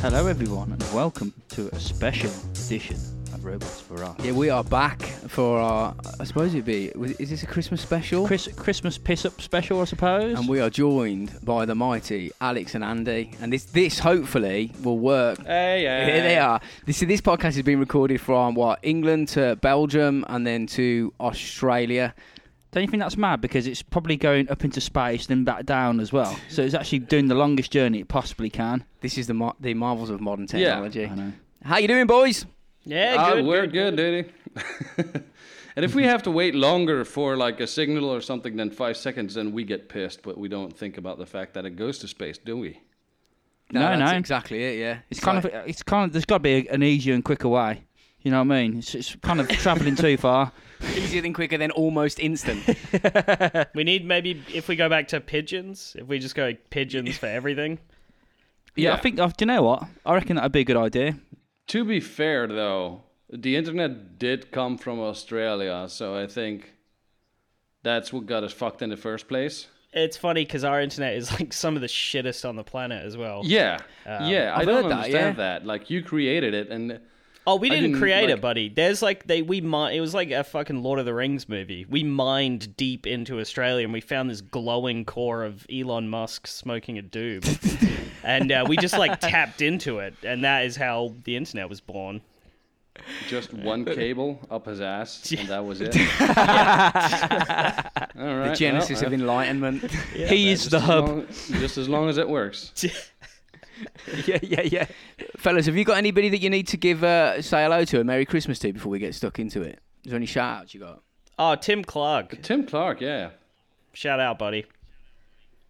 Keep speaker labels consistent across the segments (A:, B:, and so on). A: Hello, everyone, and welcome to a special edition of Robots for Art.
B: Yeah, we are back for our. I suppose it'd be. was- Is this a Christmas special?
A: Chris, Christmas piss up special, I suppose.
B: and we are joined by the mighty Alex and Andy, and this this hopefully will work.
A: hey, hey.
B: Here they are. This this podcast has been recorded from what England to Belgium and then to Australia.
A: Don't you think that's mad? Because it's probably going up into space, then back down as well. So it's actually doing the longest journey it possibly can.
B: This is the mar- the marvels of modern
C: Yeah.
B: technology.
A: I know.
B: How you doing, boys?
C: Yeah, Ah, we're good, dude. and if we have to wait longer for like a signal or something than five seconds, then we get pissed. But we don't think about the fact that it goes to space, do we?
A: No,
B: that's
A: no.
B: exactly it. Yeah,
A: It's kind
B: like-
A: of, it's kind of. There's got to be a, an easier and quicker way. You know what I mean? It's, it's kind of travelling too far.
B: easier than quicker than almost instant.
D: We need maybe if we go back to pigeons, if we just go pigeons for everything.
A: Yeah, I
C: Yeah.
A: think. i do you know what? I reckon that'd be a good idea.
C: To be fair, though, the internet did come from Australia, so I think that's what got us fucked in the first place.
D: It's funny because our internet is like some of the shittest on the planet as well.
C: Yeah, yeah, I
B: I've
C: don't
B: heard that,
C: understand
B: yeah.
C: that. Like you created it, and
D: Oh, we
C: I
D: didn't,
C: didn't,
D: create
C: like-
D: it, buddy. There's like they we mined. It was like a fucking Lord of the Rings movie. We mined deep into Australia and we found this glowing core of Elon Musk smoking a doob, and uh, we just like tapped into it, and that is how the internet was born.
C: just one cable up his ass, and that was it. All right.
B: the genesis
C: well,
B: of enlightenment.
A: he is the
C: Just as
A: hub.
C: long- just as long as it works.
B: yeah, yeah, yeah. Fellas, have you got anybody that you need to give uh, say hello to and Merry Christmas to before we get stuck into it? Is there any shout outs you got?
D: Oh, Tim Clark,
C: Tim Clark, yeah.
D: shout out, buddy.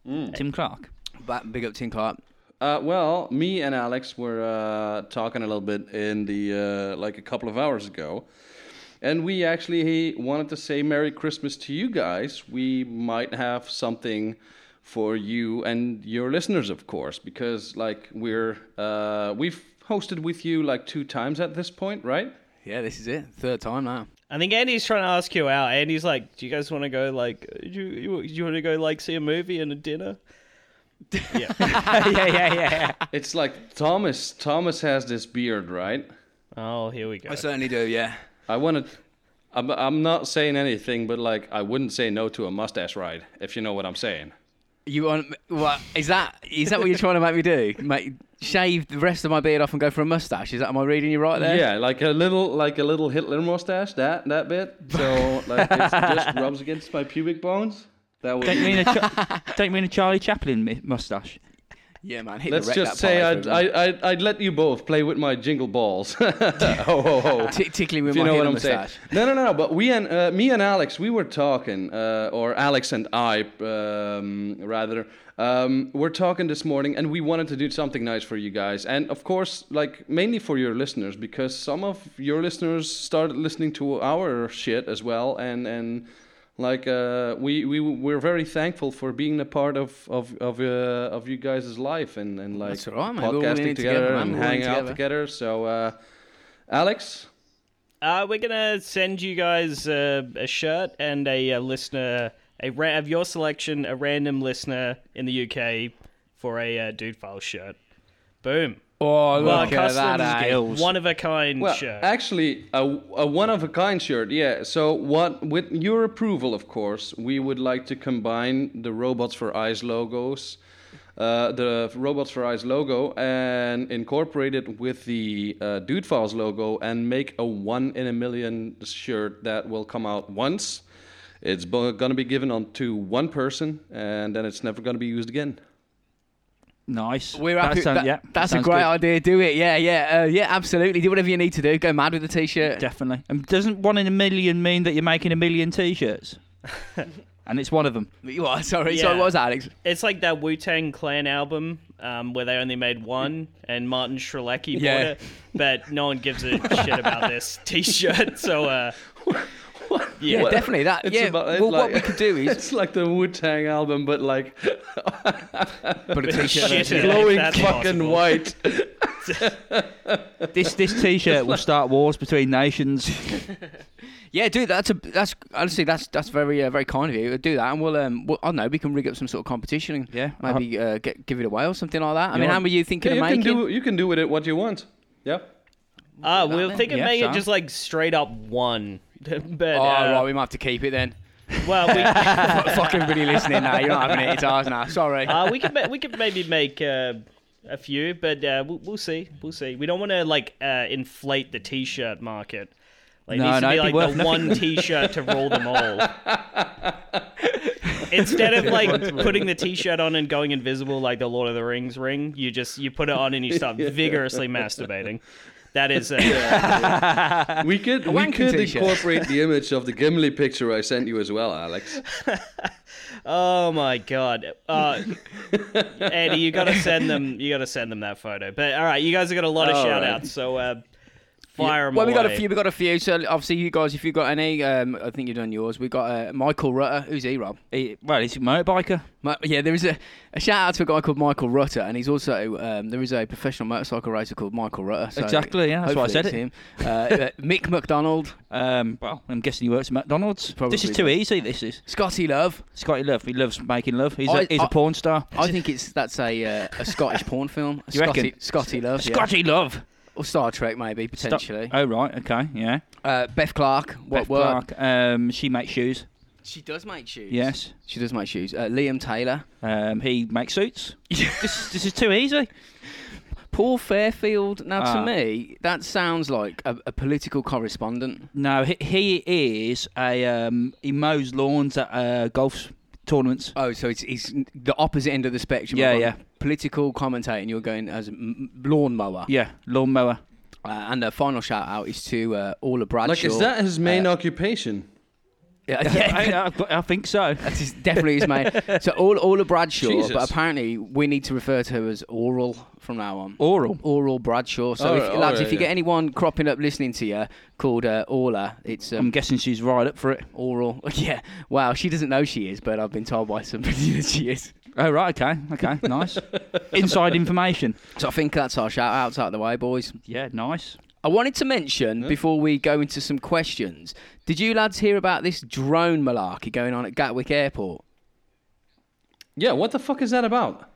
B: Hmm.
A: Tim Clark.
B: Back, big up Tim Clark.
C: Uh, well, me and Alex were uh, talking a little bit in the uh, like a couple of hours ago, and we actually wanted to say Merry Christmas to you guys. We might have something for you and your listeners, of course, because like we're uh, we've hosted with you like two times at this point, right?
B: Yeah, this is it. Third time now.
D: I think Andy's trying to ask you out. Andy's like, "Do you guys want to go like? Do you, you, you want to go like see a movie and a dinner?"
A: yeah, yeah, yeah.
C: It's like Thomas. Thomas has this beard, right?
D: Oh, here we go.
B: I certainly do, yeah.
C: I want to. I'm, I'm not saying anything, but like I wouldn't say no to a mustache ride, if you know what I'm saying.
B: You want what is that is that what you're trying to make me do? Make shave the rest of my beard off and go for a mustache? Is that am I reading you right there?
C: Yeah, like a little, like a little Hitler mustache, that that bit. So like it just rubs against my pubic bones. That would.
A: Don't you
C: Be,
A: mean a, Cha- don't you mean a Charlie Chaplin mi- mustache?
B: Yeah, man. Hit the
C: let's
B: wreck
C: just
B: that
C: say
B: pie
C: I'd,
B: through, man.
C: I, I'd I'd let you both play with my jingle balls. ho
B: Oh,
C: ho ho.
B: Tick- tickling with
C: If you
B: my
C: know
B: Hitler
C: what I'm
B: mustache.
C: saying. No, no, no, no. But we and uh, me and Alex, we were talking, uh, or Alex and I, um, rather, um, we're talking this morning, and we wanted to do something nice for you guys, and of course, like mainly for your listeners, because some of your listeners started listening to our shit as well, and and. Like uh, we we we're very thankful for being a part of of of, uh, of you guys' life and and like
B: That's all right, man. We're all in
C: podcasting
B: it
C: together,
B: together, man.
C: and
B: We're all in
C: hanging out
B: together.
C: together. So, uh, Alex,
D: Uh, we're gonna send you guys uh, a shirt and a, uh listener, a ra- of your selection, a random listener in the UK for a uh, dude file shirt. Boom.
B: Oh,
D: Well,
B: look at
D: customs
B: that. eh?
D: one of a kind
C: Well,
D: shirt.
C: actually, a, a one of a kind shirt, yeah. So, what with your approval, of course, we would like to combine the Robots for Eyes logos, uh, the Robots for Eyes logo, and incorporate it with the uh, Dude Files logo and make a one in a million shirt that will come out once. It's going to be given on to one person, and then it's never going to be used again.
A: Nice.
B: We're
A: That
B: happy.
A: sound-
B: that-
A: yeah,
B: that's a
A: sounds
B: great
A: good.
B: idea. Do it. Yeah, yeah, uh, yeah. Absolutely. Do whatever you need to do. Go mad with the t-shirt.
A: Definitely. And doesn't one in a million mean that you're making a million T-shirts? and it's one of them.
B: You are sorry. Sorry,
D: Yeah.
B: what was that, Alex?
D: It's like that Wu Tang Clan album um, where they only made one, and Martin Shrelecki bought
B: Yeah.
D: it, but no one gives a shit about this T-shirt. So, uh,
B: Yeah,
D: yeah,
B: definitely that.
C: It's
B: yeah.
C: about- it's
B: well, what
C: like-
B: we could do is
C: It's like the Wu Tang album, but like
B: put a t-shirt. over it.
D: Shit, yeah.
C: glowing
D: that's
C: fucking
D: possible.
C: white.
A: This this T-shirt will start wars between nations.
B: Yeah, dude, that's a that's honestly that's that's very uh, very kind of you. Do that, and we'll um we'll, I don't know we can rig up some sort of competition. And
A: Yeah.
B: maybe uh, get give it away or something like that. I
A: You
B: mean,
A: know
B: how
A: what?
B: were you thinking
C: Yeah, you
B: of
C: can
B: making?
C: do you can do with it what you want. Yeah.
D: Ah,
B: that
D: we were
B: then.
D: thinking
A: Yeah,
D: maybe
A: so?
D: just like straight up one. but
B: oh,
D: uh,
B: right, we might have to keep it then.
D: well, we,
B: Fuck everybody listening now. You're not having it. It's ours now. Sorry.
D: uh, we could ma- we could maybe make uh, a few, but uh, we'll, we'll see. We'll see. We don't want to like uh, inflate the t-shirt market. Like, it
A: No,
D: needs
A: no,
D: to be
A: it'd be
D: like
A: worth
D: the
A: nothing.
D: one t-shirt to rule them all. Instead of like putting the t-shirt on and going invisible like the Lord of the Rings ring, you just you put it on and you start vigorously masturbating. That is uh,
C: We could we
B: wanking
C: could
B: t-shirt.
C: incorporate the image of the Gimli picture I sent you as well, Alex.
D: Oh my god, uh, Eddie, you gotta send them. You gotta send them that photo. But all right, you guys have got a lot of
C: All
D: shout
C: right.
D: outs, so uh, fire them
B: well, we got a few. We got a few. So obviously, you guys, if you got any, um, I think you've done yours. We got uh, Michael Rutter. Who's he, Rob?
A: He- well, he's a motorbiker.
B: Mi- yeah, there is a, a shout out to a guy called Michael Rutter, and he's also um, there is a professional motorcycle racer called Michael Rutter. So
A: Exactly, yeah, that's why I
B: hopefully
A: said
B: it's
A: it.
B: Him. Uh, uh, Mick McDonald,
A: Um, well, I'm guessing he works at McDonald's.
B: Probably
A: this is too easy. This is
B: Scotty Love.
A: Scotty Love. He loves making love. He's,
B: I-
A: a, he's
B: I-
A: a porn star.
B: I think it's that's a uh, a Scottish porn film.
A: You
B: Scotty,
A: reckon?
B: Scotty Love. yeah.
A: Scotty Love.
B: or Star Trek maybe
A: Stop-
B: potentially.
A: Oh right, okay, yeah.
B: Uh, Beth Clark. What
A: Beth
B: work?
A: Clark. Um, she makes shoes.
B: She does make shoes.
A: Yes.
B: she does make shoes. Uh, Liam Taylor.
A: Um, he makes suits. this, this is too easy.
B: Paul Fairfield. Now,
A: Ah.
B: to me, that sounds like a, a political correspondent.
A: No, he, he is a um, he mows lawns at uh, golf tournaments.
B: Oh, so it's, it's the opposite end of the spectrum.
A: Yeah,
B: I've
A: yeah.
B: gone Political commentator, and you're going as a m- m- lawnmower.
A: Yeah, lawnmower.
B: Uh, and the final shout out is to uh, Orla Bradshaw.
C: Like, is that his main occupation?
B: Yeah, yeah,
A: yeah, I, I think so.
B: that is definitely his main. So all Orla Bradshaw,
C: Jesus.
B: but apparently we need to refer to her as Oral from now on.
A: Oral.
B: Oral Bradshaw. So,
C: Oh,
B: if,
C: right,
B: lads,
C: alright,
B: if you
C: yeah.
B: get anyone cropping up listening to you called uh, Orla, it's
A: I'm
B: um,
A: guessing she's right up for it.
B: Oral. Yeah. Wow, she doesn't know she is, but I've been told by somebody that she is.
A: Oh right, okay, okay, nice. Inside information.
B: So I think that's our shout outs out of the way, boys.
A: Yeah, nice.
B: I wanted to mention before we go into some questions. Did you lads hear about this drone malarkey going on at Gatwick Airport?
C: Yeah, what the fuck is that about?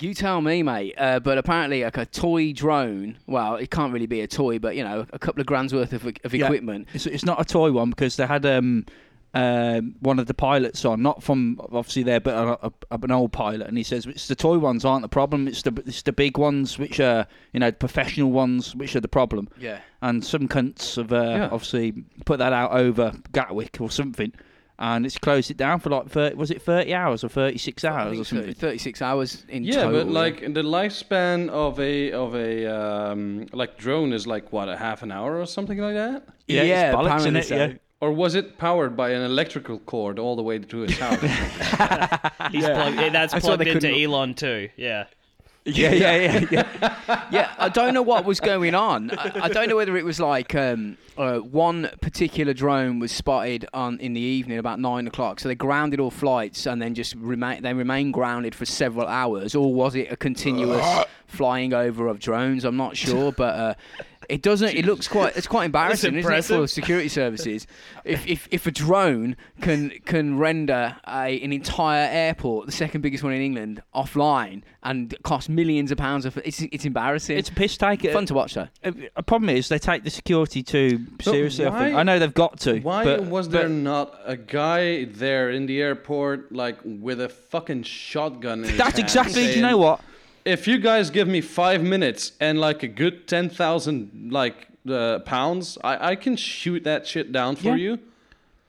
B: You tell me, mate. Uh, but apparently, like a toy drone. Well, it can't really be a toy, but you know, a couple of grand's worth of, e-, of
A: Yeah.
B: equipment.
A: It's, it's not a toy one because they had um, um one of the pilots on, not from obviously there, but a, a, an old pilot, and he says it's the toy ones aren't the problem. It's the it's the big ones which are you know professional ones which are the problem.
B: Yeah.
A: And some cunts have uh,
C: Yeah.
A: obviously put that out over Gatwick or something, and it's closed it down for like 30, was it thirty hours or thirty six
B: I
A: hours or
B: think so,
A: something.
B: 36 hours in
C: Yeah,
B: total.
C: but like the lifespan of a of a um, like drone is like what a half an hour or something like that.
A: Yeah, it's
B: Yeah,
A: bollocks,
B: apparently
A: innit?
B: so.
A: Yeah.
C: Or was it powered by an electrical cord all the way to his house?
D: He's plugged, yeah, that's
B: I saw they
D: plugged into
B: couldn't-
D: Elon too. Yeah.
A: Yeah, yeah, yeah, yeah.
B: yeah, I don't know what was going on. I, I don't know whether it was like um, uh, one particular drone was spotted on in the evening about nine o'clock, so they grounded all flights and then just remain they remain grounded for several hours, or was it a continuous flying over of drones? I'm not sure, but. Uh, it doesn't. It looks quite. It's quite embarrassing, isn't it,
D: impressive.
B: for security services? If, if if a drone can can render a, an entire airport, the second biggest one in England, offline and cost millions of pounds, of, it's it's embarrassing.
A: It's a piss take.
B: Fun to watch though.
A: Uh, A problem is they take the security too
C: But
A: seriously. I, think.
C: why-
A: I know they've got to.
C: Why
A: but-
C: was
A: but-
C: there not a guy there in the airport, like with a fucking shotgun? In his
A: That's
C: hand
A: exactly. Do you
C: saying,
A: know what?
C: If you guys give me five minutes and like a good ten thousand like uh, pounds, I I can shoot that shit down for
A: Yeah.
C: you.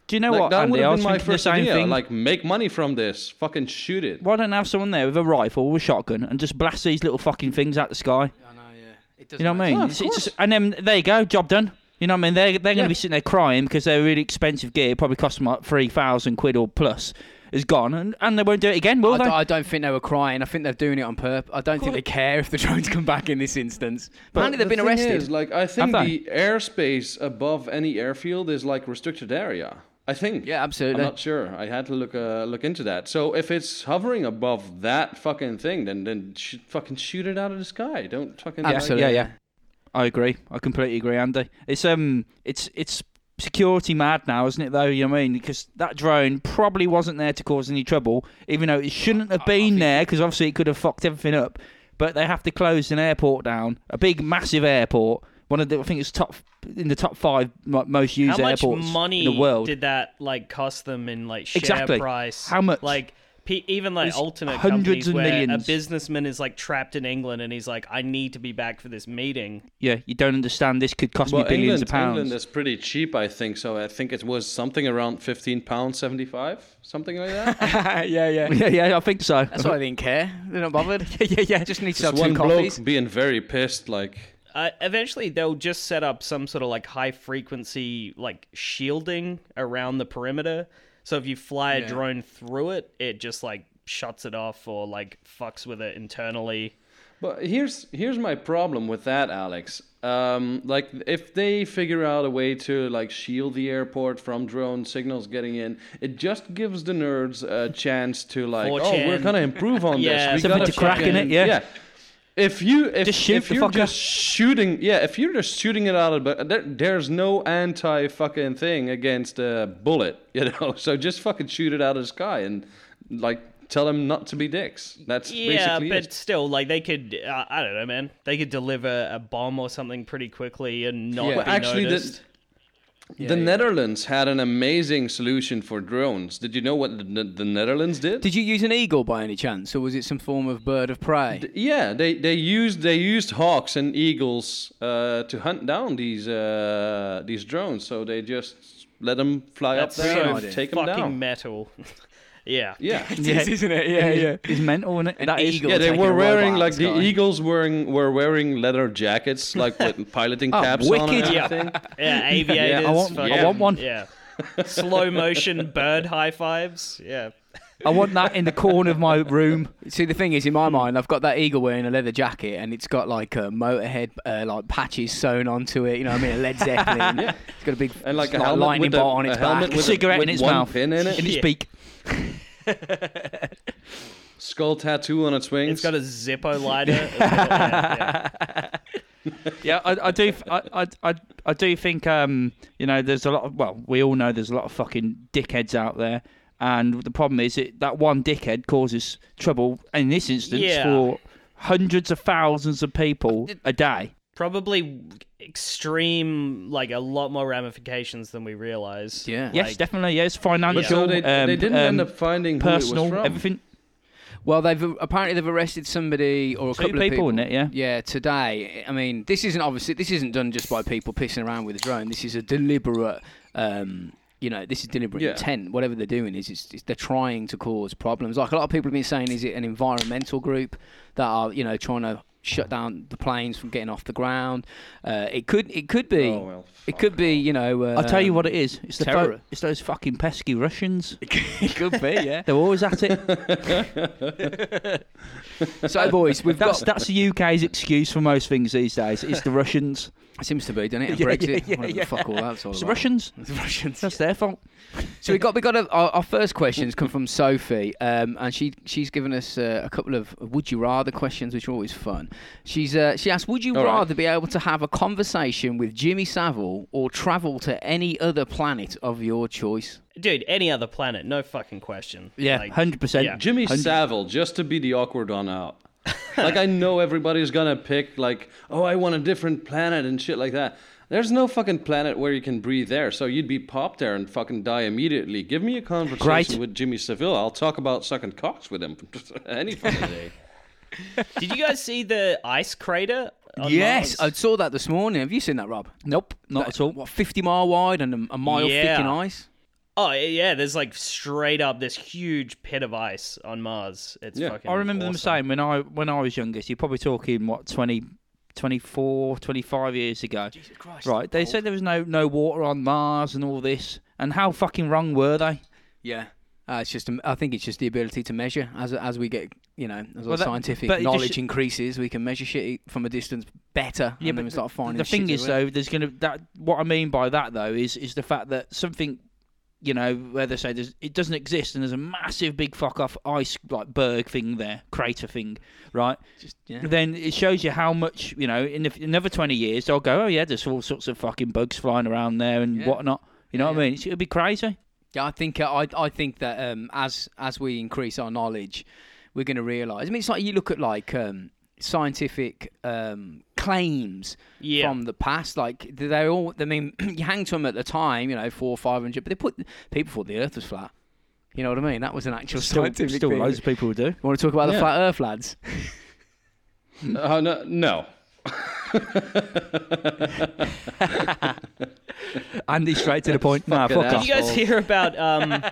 A: Do you know
C: Like,
A: what?
C: that
A: Andy,
C: would
A: I
C: have
A: was
C: been my
A: thinking the
C: first
A: same
C: idea.
A: thing.
C: Like, make money from this. Fucking shoot it.
A: why don't I have someone there with a rifle or a shotgun and just blast these little fucking things out the sky?
B: I know. Yeah. It
A: You know what I mean?
C: Yeah, of
A: It's- it's just- and then there you go, job done. You know what I mean? They're, they're going
C: Yeah.
A: to be sitting there crying because their really expensive gear, probably cost them like 3,000 quid or plus, is gone. And, and they won't do it again, will
B: I,
A: they?
B: d- I don't think they were crying. I think they're doing it on purpose. I don't think they care if the drones come back in this instance. Apparently they've
C: the
B: been
C: thing
B: arrested.
C: is, like, I think
A: Have
C: the airspace above any airfield is like restricted area. I think.
B: yeah, absolutely.
C: I'm not sure. I had to look uh, look into that. So if it's hovering above that fucking thing, then then sh- fucking shoot it out of the sky. Don't fucking.
A: Yeah,
B: Absolutely.
A: yeah, yeah. I agree. I completely agree, Andy. It's um, it's it's security mad now, isn't it? Though you know what I mean, because that drone probably wasn't there to cause any trouble, even though it shouldn't have been there, because obviously it could have fucked everything up. But they have to close an airport down, a big, massive airport. One of the, I think it's top in the top five mo- most used
D: How much
A: airports
D: money
A: in the world.
D: did that like cost them in like share
A: Exactly.
D: price?
A: How much?
D: Like pe- even like
A: It's
D: alternate
A: hundreds
D: companies
A: of
D: where
A: millions.
D: a businessman is like trapped in England and he's like, I need to be back for this meeting.
A: yeah, you don't understand. This could cost
C: Well,
A: me billions
C: England,
A: of pounds.
C: England is pretty cheap, I think. So I think it was something around fifteen pounds seventy-five, something like that.
B: yeah, yeah.
A: yeah, yeah, I think so.
B: That's why they didn't care. They're not bothered.
A: yeah, yeah.
B: Just need to
C: Just
B: have two
C: one bloke
B: coffees.
C: being very pissed, like
D: Uh, eventually, they'll just set up some sort of like high frequency like shielding around the perimeter. So if you fly a drone through it, it just like shuts it off or like fucks with it internally.
C: But here's here's my problem with that, Alex. Um, like if they figure out a way to like shield the airport from drone signals getting in, it just gives the nerds a chance to like, oh, we're
D: 4chan.
C: gonna improve on
D: Yeah.
C: this. We
A: Something
C: gotta
A: to crack in
C: fucking-
A: it, yeah.
C: If you if,
A: Just shoot
C: if
A: the
C: you're
A: fucker.
C: just shooting, yeah, if you're just shooting it out of, but there, there's no anti fucking thing against a bullet, you know. So just fucking shoot it out of the sky and like tell them not to be dicks. That's
D: Yeah,
C: basically
D: but
C: it.
D: still, like they could, uh, I don't know, man. They could deliver a bomb or something pretty quickly and not
C: Well,
D: be
C: actually, the-
D: noticed.
C: the Netherlands had an amazing solution for drones. Did you know what the, the Netherlands did?
B: Did you use an eagle by any chance, or was it some form of bird of prey?
C: yeah, they, they used they used hawks and eagles uh, to hunt down these uh, these drones. So they just let them fly
D: That's
C: up there
D: so
C: and take them
D: fucking
C: down.
D: metal. yeah.
C: yeah.
B: It is, isn't it? Yeah, yeah.
A: It's mental, isn't it?
B: An
A: That is-
B: eagle.
C: Yeah, they
B: taking a
C: were
B: robot
C: wearing
B: out
C: like
B: of the
C: the
B: sky.
C: eagles wearing were wearing leather jackets, like with piloting caps on and
A: wicked.
D: Yeah.
C: everything.
D: Yeah, aviators.
A: I want,
D: fucking-
A: I want one.
D: Yeah. Slow motion bird high fives. Yeah.
A: I want that in the corner of my room.
B: See, the thing is, in my mind, I've got that eagle wearing a leather jacket, and it's got like a motorhead uh, like patches sewn onto it. You know, what I mean, a Led Zeppelin. It's got a big
C: And like a
B: like,
C: helmet
B: lightning
C: with a-
B: bolt on
C: a
B: its back.
C: helmet with a-
A: cigarette
C: with
A: in its
C: one
A: mouth,
C: pin in it?
A: its
D: Yeah.
A: beak.
C: Skull tattoo on its wings.
D: It's got a Zippo lighter. as well, yeah,
A: Yeah, I, I do. I, I, I, I do think um, you know, there's a lot of. Well, we all know there's a lot of fucking dickheads out there, and the problem is it, that one dickhead causes trouble in this instance
D: Yeah.
A: for hundreds of thousands of
C: Uh,
A: people a day.
D: Probably extreme, like a lot more ramifications than we realize.
B: Yeah.
A: Yes, definitely. Yes, financial.
C: so they,
A: um,
C: they didn't
A: um,
C: end up finding who it was
A: personal,
C: from.
A: everything.
B: Well, they've apparently they've arrested somebody or a
A: Two
B: couple of
A: people
B: people.
A: in it, yeah.
B: Yeah, today. I mean, this isn't obviously this isn't done just by people pissing around with a drone. This is a deliberate. Um, you know, this is deliberate
C: Yeah.
B: intent. Whatever they're doing is, it's, it's they're trying to cause problems. Like a lot of people have been saying, is it an environmental group that are you know trying to shut down the planes from getting off the ground? Uh, it could, it could be,
C: Oh, well,
B: it could be. You know, uh,
A: I'll tell
C: Um,
A: you what it is. It's the
B: terror.
A: fo- it's those fucking pesky Russians.
B: it could be. Yeah.
A: They're always at it.
B: so, boys, we've
A: That's
B: got
A: that's the UK's excuse for most things these days. It's the Russians.
B: seems to be, doesn't it? And
A: Yeah, yeah,
B: Brexit.
A: yeah,
B: Whatever
A: yeah.
B: the fuck all that's all
A: It's the
B: about.
A: Russians.
B: The Russians.
A: That's their fault.
B: So we got we got a, our, our first questions come from Sophie, um, and she she's given us uh, a couple of would you rather questions, which are always fun. She's uh, she asked, would you
C: All right.
B: rather be able to have a conversation with Jimmy Savile or travel to any other planet of your choice?
D: Dude, any other planet, no fucking question.
A: Yeah,
D: Like,
A: hundred
D: yeah.
A: percent.
C: Jimmy Savile, just to be the awkward one out. like I know everybody's gonna pick like, oh, I want a different planet and shit like that. There's no fucking planet where you can breathe air, so you'd be popped there and fucking die immediately. Give me a conversation
A: Great.
C: with Jimmy Savile. I'll talk about sucking cocks with him any fucking day.
D: Did you guys see the ice crater? on
B: yes, I
D: Mars?
B: saw that this morning. Have you seen that, Rob?
A: Nope, not
B: That-
A: at all.
B: What, fifty mile wide and a, a mile
D: Yeah.
B: thick in ice?
D: Oh yeah, there's like straight up this huge pit of ice on Mars. It's
C: Yeah.
D: fucking.
A: I remember them
D: awesome.
A: saying when I when I was youngest, you're probably talking what 20, 24, 25 years ago. Jesus Christ! Right, they said there was no no water on Mars and all this, and how fucking wrong were they?
B: Yeah. Uh, it's just, I think it's just the ability to measure as as we get, you know, as our
A: Well, that-
B: scientific
A: but it just-
B: knowledge increases, we can measure shit from a distance better, yeah, and then we start finding
A: the
B: shit
A: thing
B: to
A: is
B: it.
A: though, there's gonna that what I mean by that though is is the fact that something you know, where they say there's, it doesn't exist and there's a massive big fuck off ice like berg thing there, crater thing, right?
B: Just yeah.
A: Then it shows you how much, you know, in the, another 20 years, they'll go, oh yeah, there's all sorts of fucking bugs flying around there and
B: Yeah.
A: whatnot. You know
B: Yeah,
A: what I mean? It's, it'll be crazy.
B: Yeah, I think uh, I I think that um, as as we increase our knowledge, we're going to realise. I mean, it's like you look at like um, scientific um, claims
D: Yeah.
B: from the past. Like they all. I mean, you hang to them at the time, you know, four or five hundred. But they put people thought the Earth was flat. You know what I mean? That was an actual
A: Still,
B: scientific.
A: still
B: theory.
A: loads of people will do.
B: You want to talk about the
C: Yeah.
B: flat Earth, lads?
C: Uh, no, no.
A: Andy, straight to the point. nah,
C: Fucking
A: fuck
C: ass.
A: off.
D: Did you guys hear about? Um,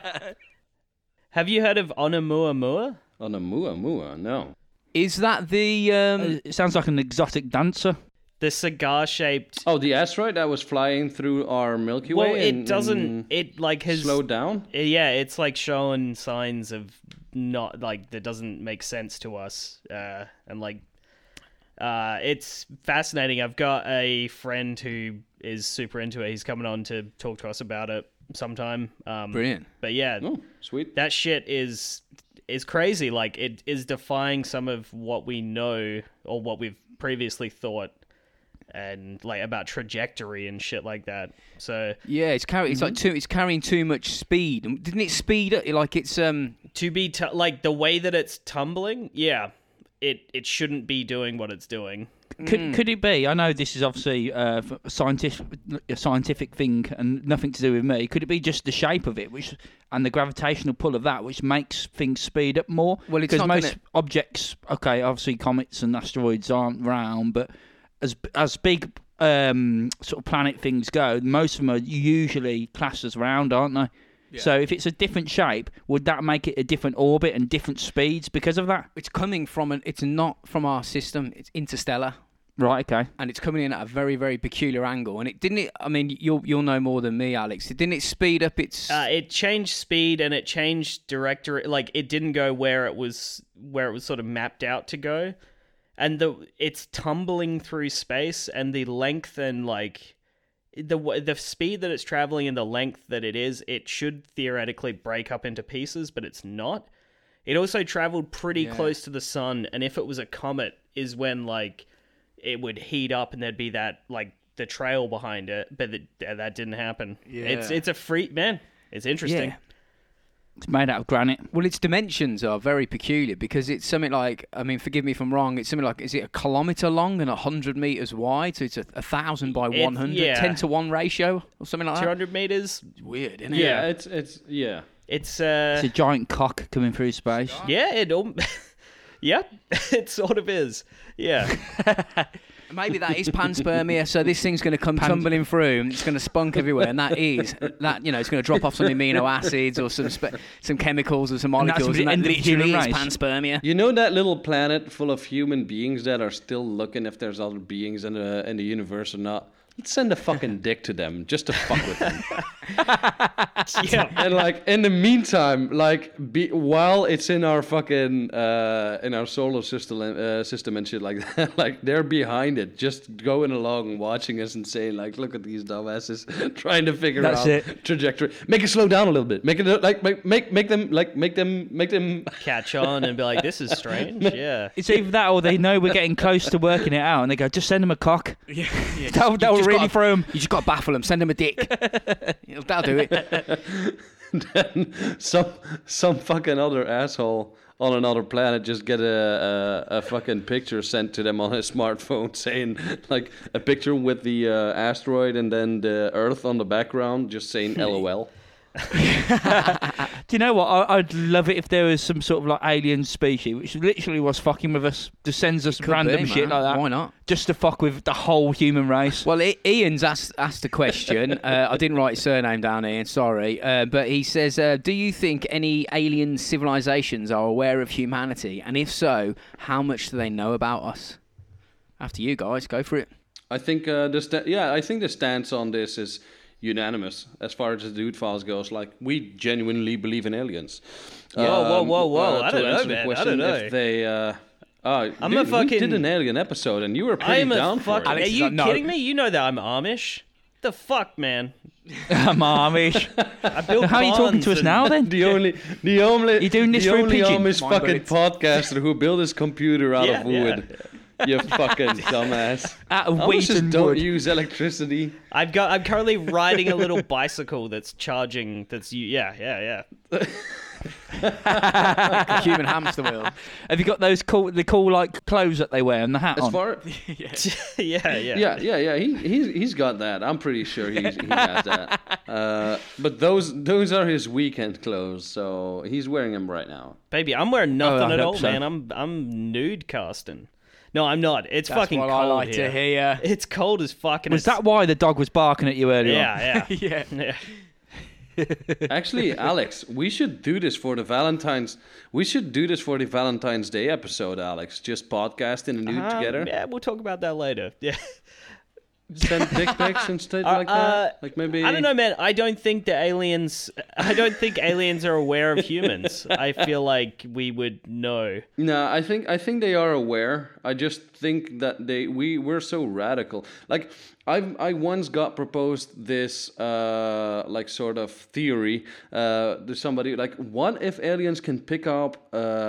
D: have you heard of Onamuamua?
C: On a Oh, mua mua, no.
B: Is that the um,
A: It sounds like an exotic dancer.
D: The cigar-shaped.
C: Oh, the asteroid that was flying through our Milky
A: Oh,
C: Way.
D: well, it
C: and-
D: doesn't.
C: and
D: it like has.
C: slowed down.
D: Yeah, it's like showing signs of not like that doesn't make sense to us, uh, and like uh, it's fascinating. I've got a friend who is super into it. He's coming on to talk to us about it sometime. Um,
B: brilliant?
D: But yeah,
C: Oh, sweet.
D: that shit is is crazy. Like it is defying some of what we know or what we've previously thought, and like about trajectory and shit like that. So
B: Yeah, it's carrying. It's
A: mm-hmm.
B: like too. It's carrying too much speed. And Didn't it speed up? Like it's um.
D: to be t- like the way that it's tumbling, yeah, it it shouldn't be doing what it's doing.
A: Could
B: Mm.
A: could it be? I know this is obviously uh, f- a scientific a scientific thing and nothing to do with me. Could it be just the shape of it, which and the gravitational pull of that, which makes things speed up more?
B: Well, it's
A: because
B: not gonna-
A: most objects, okay, obviously comets and asteroids aren't round, but as as big um, sort of planet things go, most of them are usually classed as round, aren't they? So if it's a different shape, would that make it a different orbit and different speeds because of that?
B: It's coming from an. It's not from our system. It's interstellar,
A: Right. Okay.
B: and it's coming in at a very, very peculiar angle. And it didn't. It, I mean, you'll you'll know more than me, Alex. Didn't it speed up its?
D: Uh, it changed speed and it changed directory. Like it didn't go where it was where it was sort of mapped out to go, and the it's tumbling through space and the length and like the w- the speed that it's traveling and the length that it is, it should theoretically break up into pieces, but it's not. It also traveled pretty
B: Yeah.
D: close to the sun, and if it was a comet, is when like it would heat up and there'd be that like the trail behind it, but it, that didn't happen. It's
B: Yeah.
D: it's a free man. It's interesting.
B: Yeah.
A: It's made out of granite.
B: well, its dimensions are very peculiar because it's something like. I mean, forgive me if I'm wrong. It's something like. Is it a kilometer long and hundred meters wide? So it's a, a thousand by
D: It's-
B: one hundred, ten
D: yeah.
B: to one ratio or something like
D: Two
B: that.
D: hundred meters.
B: It's weird, isn't it?
C: Yeah,
D: yeah.
C: it's it's yeah.
D: It's uh.
A: It's a giant cock coming through space.
D: yeah. It all. yep. It sort of is. Yeah.
B: Maybe that is panspermia. So this thing's going to come tumbling through. And it's going to spunk everywhere, and that is that. You know, it's going to drop off some amino acids or some spe- some chemicals or some
A: And that's
B: molecules,
A: the
B: and,
A: end
B: that
A: of the
B: literally
A: human
B: is
A: race.
B: panspermia.
C: You know that little planet full of human beings that are still looking if there's other beings in the in the universe or not. Let's send a fucking dick to them just to fuck with them.
D: yeah.
C: and like in the meantime, like be, while it's in our fucking uh, in our solar system uh, system and shit like that, like they're behind it, just going along, watching us and saying like, "Look at these dumbasses trying to figure
A: That's
C: out
A: it.
C: trajectory. Make it slow down a little bit. Make it like make make make them like make them make them."
D: Catch on and be like, this is strange. Yeah.
A: It's either that or they know we're getting close to working it out and they go, just send them a cock.
B: Yeah,
A: That'll, that'll
B: just
A: really
B: gotta-
A: throw 'em.
B: You just got to baffle them. Send them a dick. It'll- That'll do it.
C: then some some fucking other asshole on another planet just get a, a a fucking picture sent to them on his smartphone saying like a picture with the uh, asteroid and then the Earth on the background just
D: Hmm.
C: saying LOL.
A: Do you know what? I, I'd love it if there was some sort of like alien species which literally was fucking with us, just sends us
B: Could
A: random
B: be,
A: shit
B: man.
A: like that,
B: Why not?
A: just to fuck with the whole human race.
B: Well, I- Ian's asked asked a question. Uh, I didn't write his surname down, Ian. Sorry, uh, but he says, uh, "Do you think any alien civilizations are aware of humanity? And if so, how much do they know about us?" After you guys, go for it.
C: I think uh, the sta- yeah, I think the stance on this is unanimous as far as the dude files goes. Like we genuinely believe in aliens. Um, uh,
D: Whoa, whoa, whoa, whoa. I
C: to
D: don't know,
C: answer the
D: man. I don't
C: question,
D: know.
C: If they, uh, oh,
D: I'm
C: dude,
D: a
C: We did
D: fucking-
C: an alien episode, and you were pretty
D: I am
C: down
D: a
C: for
D: fucking.
C: it.
D: Are
B: Alex is
D: you
B: like, no.
D: kidding me? You know that I'm Amish. The fuck, man.
A: I'm Amish.
D: I built
A: How are you talking
D: barns
A: to us
D: and-
A: now then?
C: The only, the only,
A: You doing this
C: the
A: through
C: only
A: pigeon?
C: Amish
B: Mine
C: fucking
B: both.
C: podcaster who built his computer out of
D: Yeah, yeah.
C: wood. You fucking dumbass.
A: Out of wheat
C: Amishes
A: and
C: don't
A: wood.
C: use electricity.
D: I've got. I'm currently riding a little bicycle that's charging. That's you. Yeah, yeah, yeah.
B: a human hamster wheel.
A: Have you got those cool, the cool like clothes that they wear and the hat
C: As
A: on?
C: far,
D: yeah, yeah.
C: yeah, yeah, yeah. He he's, he's got that. I'm pretty sure he's, he has that. Uh, but those those are his weekend clothes, so he's wearing them right now.
D: Baby, I'm wearing nothing
A: I
D: at
A: hope
D: all,
A: so.
D: man. I'm I'm nude casting. No, I'm not. It's
B: That's
D: fucking
B: what
D: cold
B: I like
D: here.
B: to hear.
D: It's cold as fucking.
A: Was
D: it's-
A: that why the dog was barking at you earlier? on?
D: Yeah, yeah.
B: Yeah.
D: yeah.
C: Actually, Alex, we should do this for the Valentine's. We should do this for the Valentine's Day episode, Alex. Just podcasting and nude
D: Um,
C: together.
D: yeah, we'll talk about that later. Yeah.
C: Send dick pics and stuff like
D: uh,
C: that. Like maybe
D: I don't know, man. I don't think the aliens. I don't think aliens are aware of humans. I feel like we would know.
C: No, I think I think they are aware. I just think that they we we're so radical. Like I I once got proposed this uh like sort of theory uh to somebody like what if aliens can pick up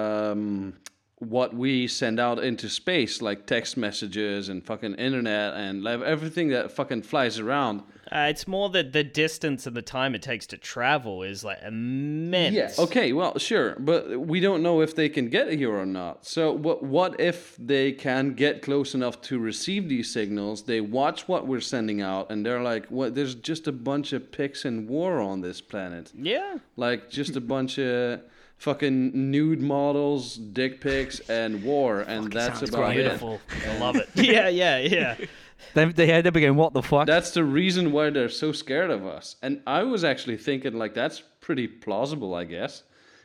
C: um what we send out into space like text messages and fucking internet and like everything that fucking flies around.
D: Uh, it's more that the distance and the time it takes to travel is like immense.
C: Yeah. Okay. Well, sure, but we don't know if they can get here or not. So, what what if they can get close enough to receive these signals? They watch what we're sending out, and they're like, "What? There's just a bunch of pics and war on this planet.
D: Yeah.
C: Like just a bunch of." Fucking nude models, dick pics, and war, and that's
B: sounds
C: about it.
D: Beautiful. I love it. Yeah, yeah, yeah.
A: They, they, they'll be going, what the fuck?
C: That's the reason why they're so scared of us. And I was actually thinking, like, that's pretty plausible, I guess,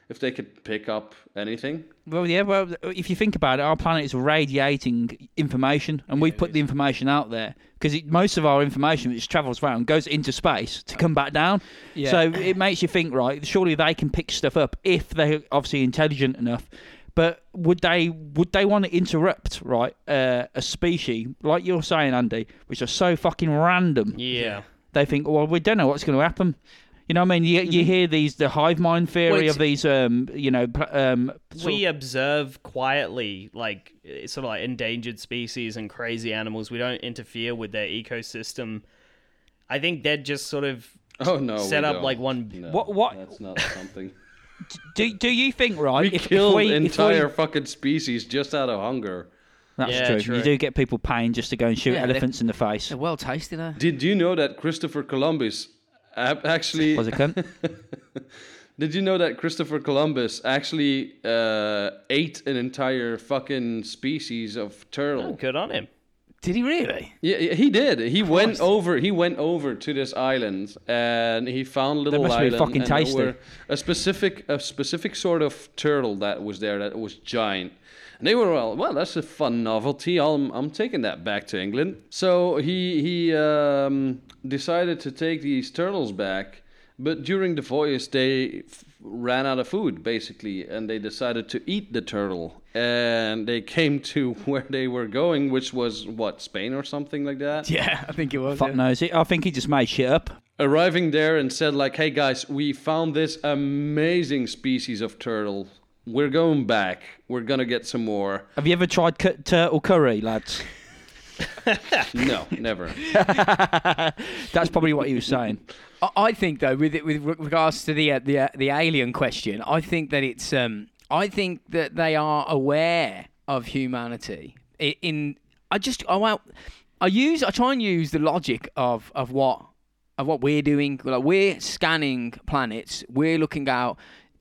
C: if they could pick up anything.
A: Well, yeah. Well, if you think about it, our planet is radiating information, and we've put the information out there because most of our information which travels around goes into space to come back down.
B: Yeah.
A: So it makes you think, right? Surely they can pick stuff up if they're obviously intelligent enough. But would they would they want to interrupt right uh, a species like you're saying, Andy, which are so fucking random?
D: Yeah.
A: They think, well, we don't know what's going to happen. You know, what I mean, you, you hear these the hive mind theory
B: it's-
A: of these, um, you know, pl- um, sort of-
D: we observe quietly, like eh, sort of like endangered species and crazy animals. We don't interfere with their ecosystem. I think they're just sort of
C: Oh no!
D: set
C: we
D: up
C: don't.
D: like one.
C: No,
A: What- what-
C: That's not something.
A: Do do you think right?
C: we
A: if- if
C: killed
A: we- if we-
C: entire fucking species just out of hunger.
A: that's
D: Yeah,
A: true.
D: true.
A: You do get people paying just to go and shoot
B: Yeah, they-
A: elephants in the face.
B: They're well tasted, huh?
C: Did you know that Christopher Columbus ab- actually?
A: Was a cunt.
C: Did you know that Christopher Columbus actually uh, ate an entire fucking species of turtle?
D: Oh, Good on him.
B: Did he really?
C: Yeah, yeah, he did. He went over. He went over to this island, and he found a little
A: must be
C: island.
A: fucking
C: and there
A: tasty.
C: were A specific, a specific sort of turtle that was there that was giant. And they were well, well, that's a fun novelty. I'm, I'm taking that back to England. So he he um, decided to take these turtles back, but during the voyage they f- ran out of food basically, and they decided to eat the turtle. And they came to where they were going, which was what Spain or something like that.
B: Yeah, I think it was.
A: Fuck knows it. I think he just made shit up.
C: arriving there and said like hey guys we found this amazing species of turtle we're going back we're gonna get some more
A: Have you ever tried cut turtle curry, lads?
C: no never
A: That's probably what he was saying.
B: I- I think though, with it, with re- regards to the uh, the uh, the alien question, I think that it's um, I think that they are aware of humanity. I- In I just I well, I use I try and use the logic of of what of what we're doing. Like we're scanning planets. We're looking out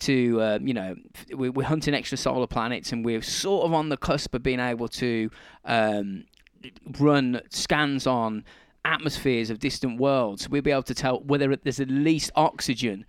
B: to um, you know f- we- we're hunting extrasolar planets, and we're sort of on the cusp of being able to um, run scans on atmospheres of distant worlds. We'll be able to tell whether there's at least oxygen.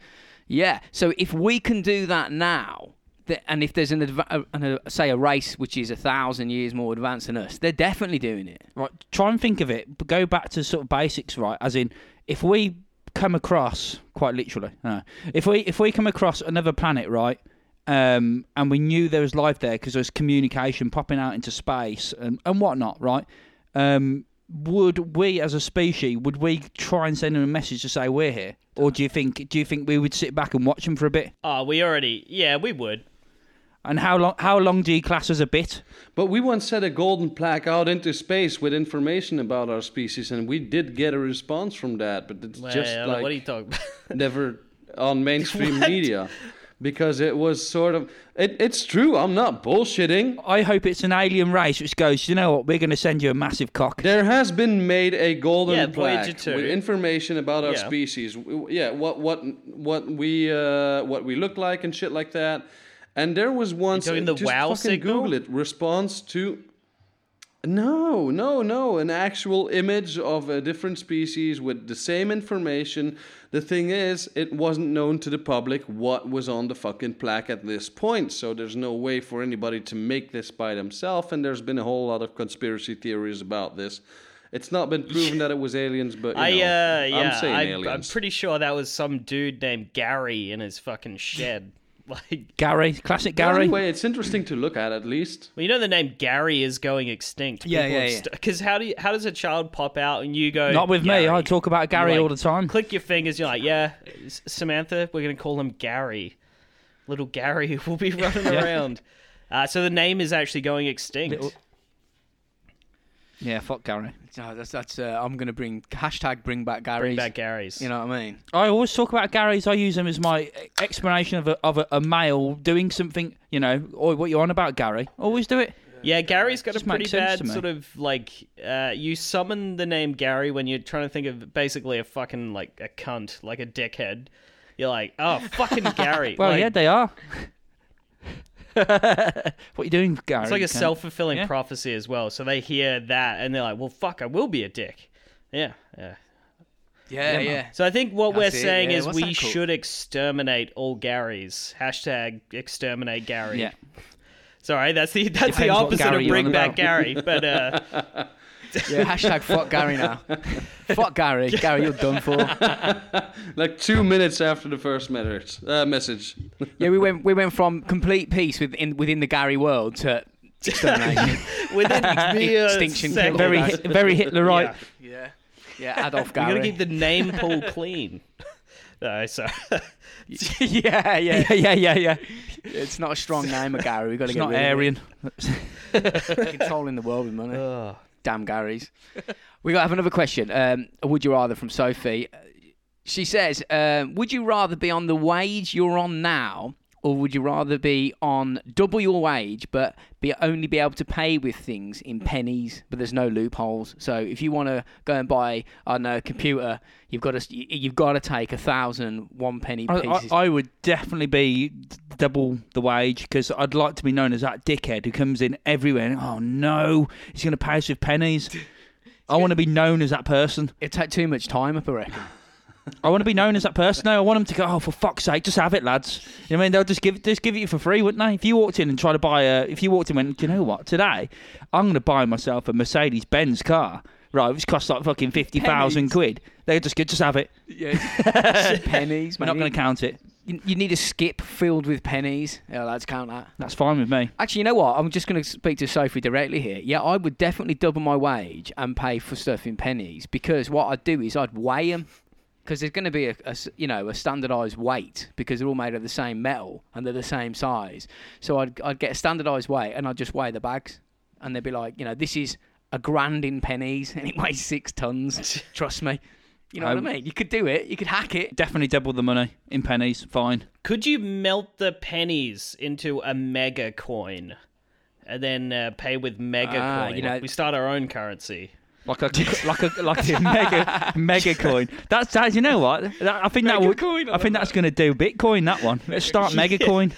B: Yeah. So if we can do that now, th- and if there's an, adva- uh, an uh, say a race which is a thousand years more advanced than us, they're definitely doing it.
A: Right, try and think of it. But go back to sort of basics, right? As in, if we come across, quite literally, uh, if we if we come across another planet, right, um, and we knew there was life there because there was communication popping out into space and and whatnot, right? Um, would we as a species would we try and send them a message to say we're here, or do you think do you think we would sit back and watch them for a bit?
D: Oh, we already. Yeah, we would.
A: And how long how long do you class as a bit?
C: But we once sent a golden plaque out into space with information about our species, and we did get a response from that. But it's
D: Well,
C: just like
D: what are you talking about?
C: never on mainstream media because it was sort of it, it's true i'm not bullshitting
A: I hope it's an alien race which goes, you know what, we're going to send you a massive cock.
C: there has been made a golden
D: Yeah,
C: plaque
D: Voyager two.
C: with information about our
D: Yeah.
C: species W- yeah what what what we uh, what we look like and shit like that and there was once uh,
D: talking the
C: just
D: wow
C: fucking
D: signal?
C: google it response to no, no, no. An actual image of a different species with the same information. The thing is, it wasn't known to the public what was on the fucking plaque at this point, so there's no way for anybody to make this by themselves, and there's been a whole lot of conspiracy theories about this. It's not been proven that it was aliens, but you
D: I uh,
C: know,
D: yeah,
C: I'm saying
D: I,
C: aliens.
D: am pretty sure that was some dude named Gary in his fucking shed. like,
A: Gary, classic
C: But
A: Gary.
C: Anyway, it's interesting to look at, at least.
D: well, you know the name Gary is going extinct.
B: Yeah, yeah, yeah.
D: Because how do you, how does a child pop out and you go?
A: Not with
D: Gary?
A: me. I talk about Gary
D: You, like,
A: all the time.
D: Click your fingers. You're like, yeah, S- Samantha, we're gonna call him Gary. Little Gary will be running around. Uh, so the name is actually going extinct.
A: Little- yeah, fuck Gary.
B: No, that's that's. Uh, I'm gonna bring hashtag bring back Gary's.
D: Bring back Garys.
B: You know what I mean?
A: I always talk about Gary's. I use them as my explanation of a, of a, a male doing something. You know, or what you on about, Gary? Always do it.
D: Yeah, Gary's got a
A: Just
D: pretty
A: makes sense
D: bad
A: to me.
D: sort of like uh, you summon the name Gary when you're trying to think of basically a fucking like a cunt, like a dickhead. You're like, oh fucking Gary.
A: Well,
D: Like,
A: yeah, they are. what are you doing, Gary?
D: it's like a
A: you cunt?
D: self fulfilling
A: Yeah.
D: prophecy as well. So they hear that and they're like, well, fuck, I will be a dick. Yeah, yeah.
B: Yeah, yeah.
D: So I think what
B: That's
D: we're
B: it,
D: saying
B: yeah,
D: is
B: what's
D: we
B: that called?
D: should exterminate all Garys. Hashtag exterminate Gary.
A: Yeah.
D: Sorry, that's the that's the
A: Depends what
D: opposite
A: Gary
D: of
A: you're
D: bring
A: on
D: back
A: about.
D: Gary. But uh,
B: Yeah, hashtag fuck Gary now. fuck Gary. Gary, you're done for.
C: Like two minutes after the first message. Uh, message.
B: Yeah, we went we went from complete peace within within the Gary world to extermination.
D: within the uh,
B: Extinction
D: second-
B: killer.
A: Very, Hi- very Hitlerite.
D: Yeah.
B: yeah, yeah, Adolf
D: We
B: Gary.
D: gotta keep the name pool clean. No, sorry.
B: yeah, yeah,
A: yeah, yeah, yeah, yeah.
B: It's not a strong name, of Gary. We got to
A: It's
B: get
A: not
B: rid of it.
A: Aryan.
B: controlling the world with money. Damn Garys. We got have another question. Um, a would you rather from Sophie? She says, um, "Would you rather be on the wage you're on now, or would you rather be on double your wage but be only be able to pay with things in pennies? But there's no loopholes. So if you want to go and buy, I don't know, a computer, you've got to you've got to take a thousand one penny
A: I,
B: pieces.
A: I, I would definitely be d- double the wage because I'd like to be known as that dickhead who comes in everywhere. And, oh no, he's going to pay us with pennies. I want to be known as that person.
B: It take too much time up, I reckon.
A: I want to be known as that person. No, I want them to go. Oh, for fuck's sake, just have it, lads. You know what I mean? They'll just give it, just give it you for free, wouldn't they? If you walked in and tried to buy a, if you walked in and went, "Do you know what? Today, I'm going to buy myself a Mercedes Benz car. Right, which costs like fucking fifty thousand
B: Pennies.
A: quid. They'll just go, just have it.
B: pennies.
A: We're not
B: mate.
A: going to count it.
B: You, you need a skip filled with pennies. Yeah, lads, count that.
A: That's fine with me.
B: Actually, you know what? I'm just going to speak to Sophie directly here. Yeah, I would definitely double my wage and pay for stuff in pennies because what I'd do is I'd weigh them because there's going to be a, a s- you know a standardized weight because they're all made of the same metal and they're the same size. So I'd I'd get a standardized weight and I'd just weigh the bags and they'd be like, you know, this is a grand in pennies and it weighs six tons. Trust me. You know what I
A: I-
B: mean? You could do it. You could hack it.
A: Definitely double the money in pennies. Fine.
D: Could you melt the pennies into a mega coin and then uh, pay with mega
B: Ah,
D: coin?
B: you know-
D: we start our own currency.
A: Like a like a like a mega mega coin. That's that, you know what? That, I think that would, I think that's going to do Bitcoin. That one. Let's start mega coin.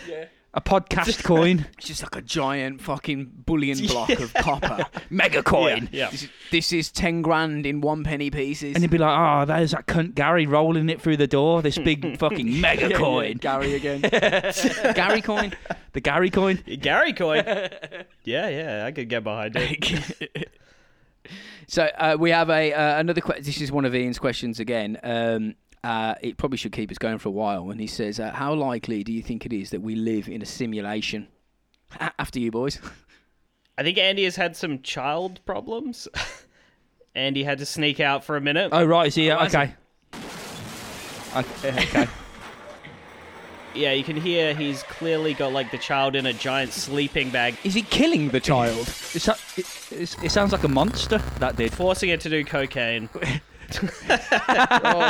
A: A podcast coin.
B: It's just like a giant fucking bullion block of copper.
A: Mega coin.
D: Yeah.
B: This is, this is 10 grand in one penny pieces.
A: And he'd be like, oh, there's that cunt Gary rolling it through the door, this big fucking mega
B: Yeah, yeah,
A: coin.
B: Gary again. Gary coin.
A: The Gary coin.
D: Gary coin. yeah, yeah, I could get behind it.
B: so uh, we have a uh, another question. This is one of Ian's questions again. Um, uh, it probably should keep us going for a while. And he says, uh, How likely do you think it is that we live in a simulation? A- after you, boys.
D: I think Andy has had some child problems. and he had to sneak out for a minute.
A: Oh right, see,
D: Oh, that's
A: okay. Okay. okay.
D: Yeah, you can hear he's clearly got like the child in a giant sleeping bag,
B: Is he killing the child?
A: It so- it, it, it sounds like a monster. That did.
D: forcing it to do cocaine.
C: Oh,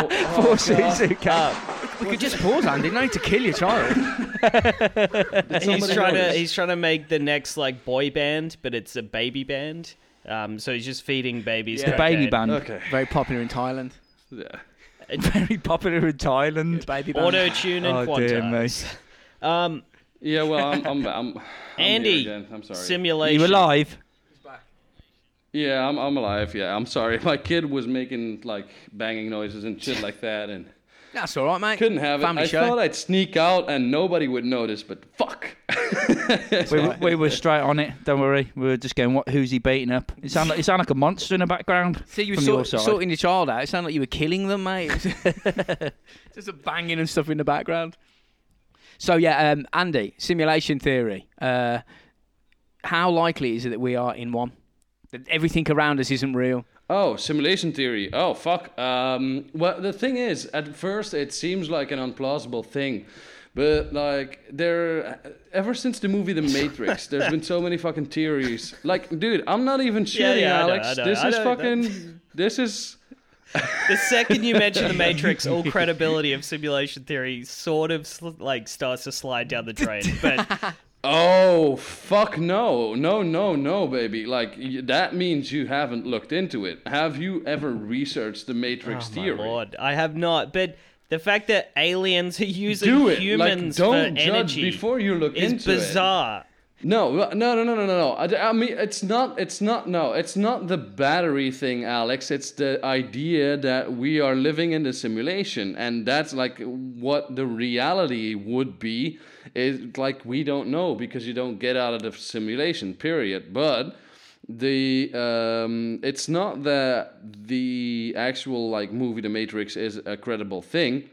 C: oh,
B: we could just pause, Andy. No need to kill your child.
D: he's trying to he's trying to make the next like boy band, but it's a baby band. Um, so he's just feeding babies.
A: The baby
D: cocaine.
A: band.
C: okay.
B: Very popular in Thailand.
C: Yeah.
A: Very popular in Thailand.
B: Baby band.
D: Auto tune and
A: Oh, dear me.
D: quantize. Um,
C: Yeah, well, I'm, I'm, I'm, I'm
D: Andy,
C: here again. I'm sorry.
D: simulation.
A: You alive?
C: yeah, I'm, I'm alive. Yeah, I'm sorry. My kid was making like banging noises and shit like that, and
B: That's all right, mate.
C: couldn't have
B: Family
C: it. I
B: show.
C: thought I'd sneak out and nobody would notice, but fuck.
A: We, were- we were straight on it. Don't worry. We were just going. What? Who's he beating up? It sound like it sound like a monster in the background.
B: So you were
A: from your
B: sort,
A: side.
B: sorting your child out. It sounded like you were killing them, mate. Just a banging and stuff in the background. So yeah, um, Andy, simulation theory. Uh, how likely is it that we are in one? That everything around us isn't real.
C: Oh, simulation theory. Oh, fuck. Um, well, the thing is, at first it seems like an implausible thing, but like there, ever since the movie The Matrix, there's been so many fucking theories. Like, dude, I'm not even shitting,
D: Yeah, yeah, I know,
C: Alex.
D: I know,
C: this
D: I
C: is
D: know that.
C: fucking. This is.
D: The second you mention the Matrix, all credibility of simulation theory sort of sl- like starts to slide down the drain. But
C: Oh fuck no no no no baby like y- that means you haven't looked into it. Have you ever researched the Matrix
D: Oh my
C: theory?
D: lord, I have not. But the fact that aliens are using
C: Do it.
D: humans
C: like, don't
D: for
C: judge
D: energy
C: before you look
D: is
C: into it.
D: bizarre.
C: No, no, no, no, no, no, no. I, I mean, it's not, it's not, no, it's not the battery thing, Alex. It's the idea that we are living in the simulation, and that's like what the reality would be. Is like we don't know because you don't get out of the simulation. Period. But the um, it's not that the actual like movie The Matrix is a credible thing.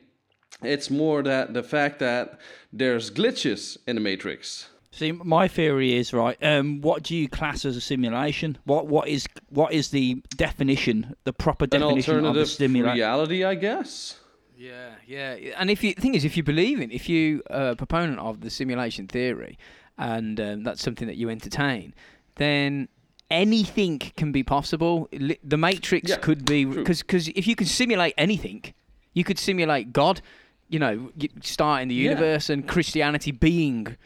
C: It's more that the fact that there's glitches in the Matrix.
A: See, my theory is right. Um, what do you class as a simulation? What what is what is the definition, the proper
C: an
A: definition of a
C: alternative
A: simulation?
C: reality, I guess.
B: Yeah, yeah. And if you the thing is, if you believe in, if you are a proponent of the simulation theory, and um, that's something that you entertain, then anything can be possible. Li- The Matrix
C: Yeah,
B: could be
C: true.
B: because because if you can simulate anything, you could simulate God. You know, y- starting the
C: Yeah.
B: universe and Christianity being.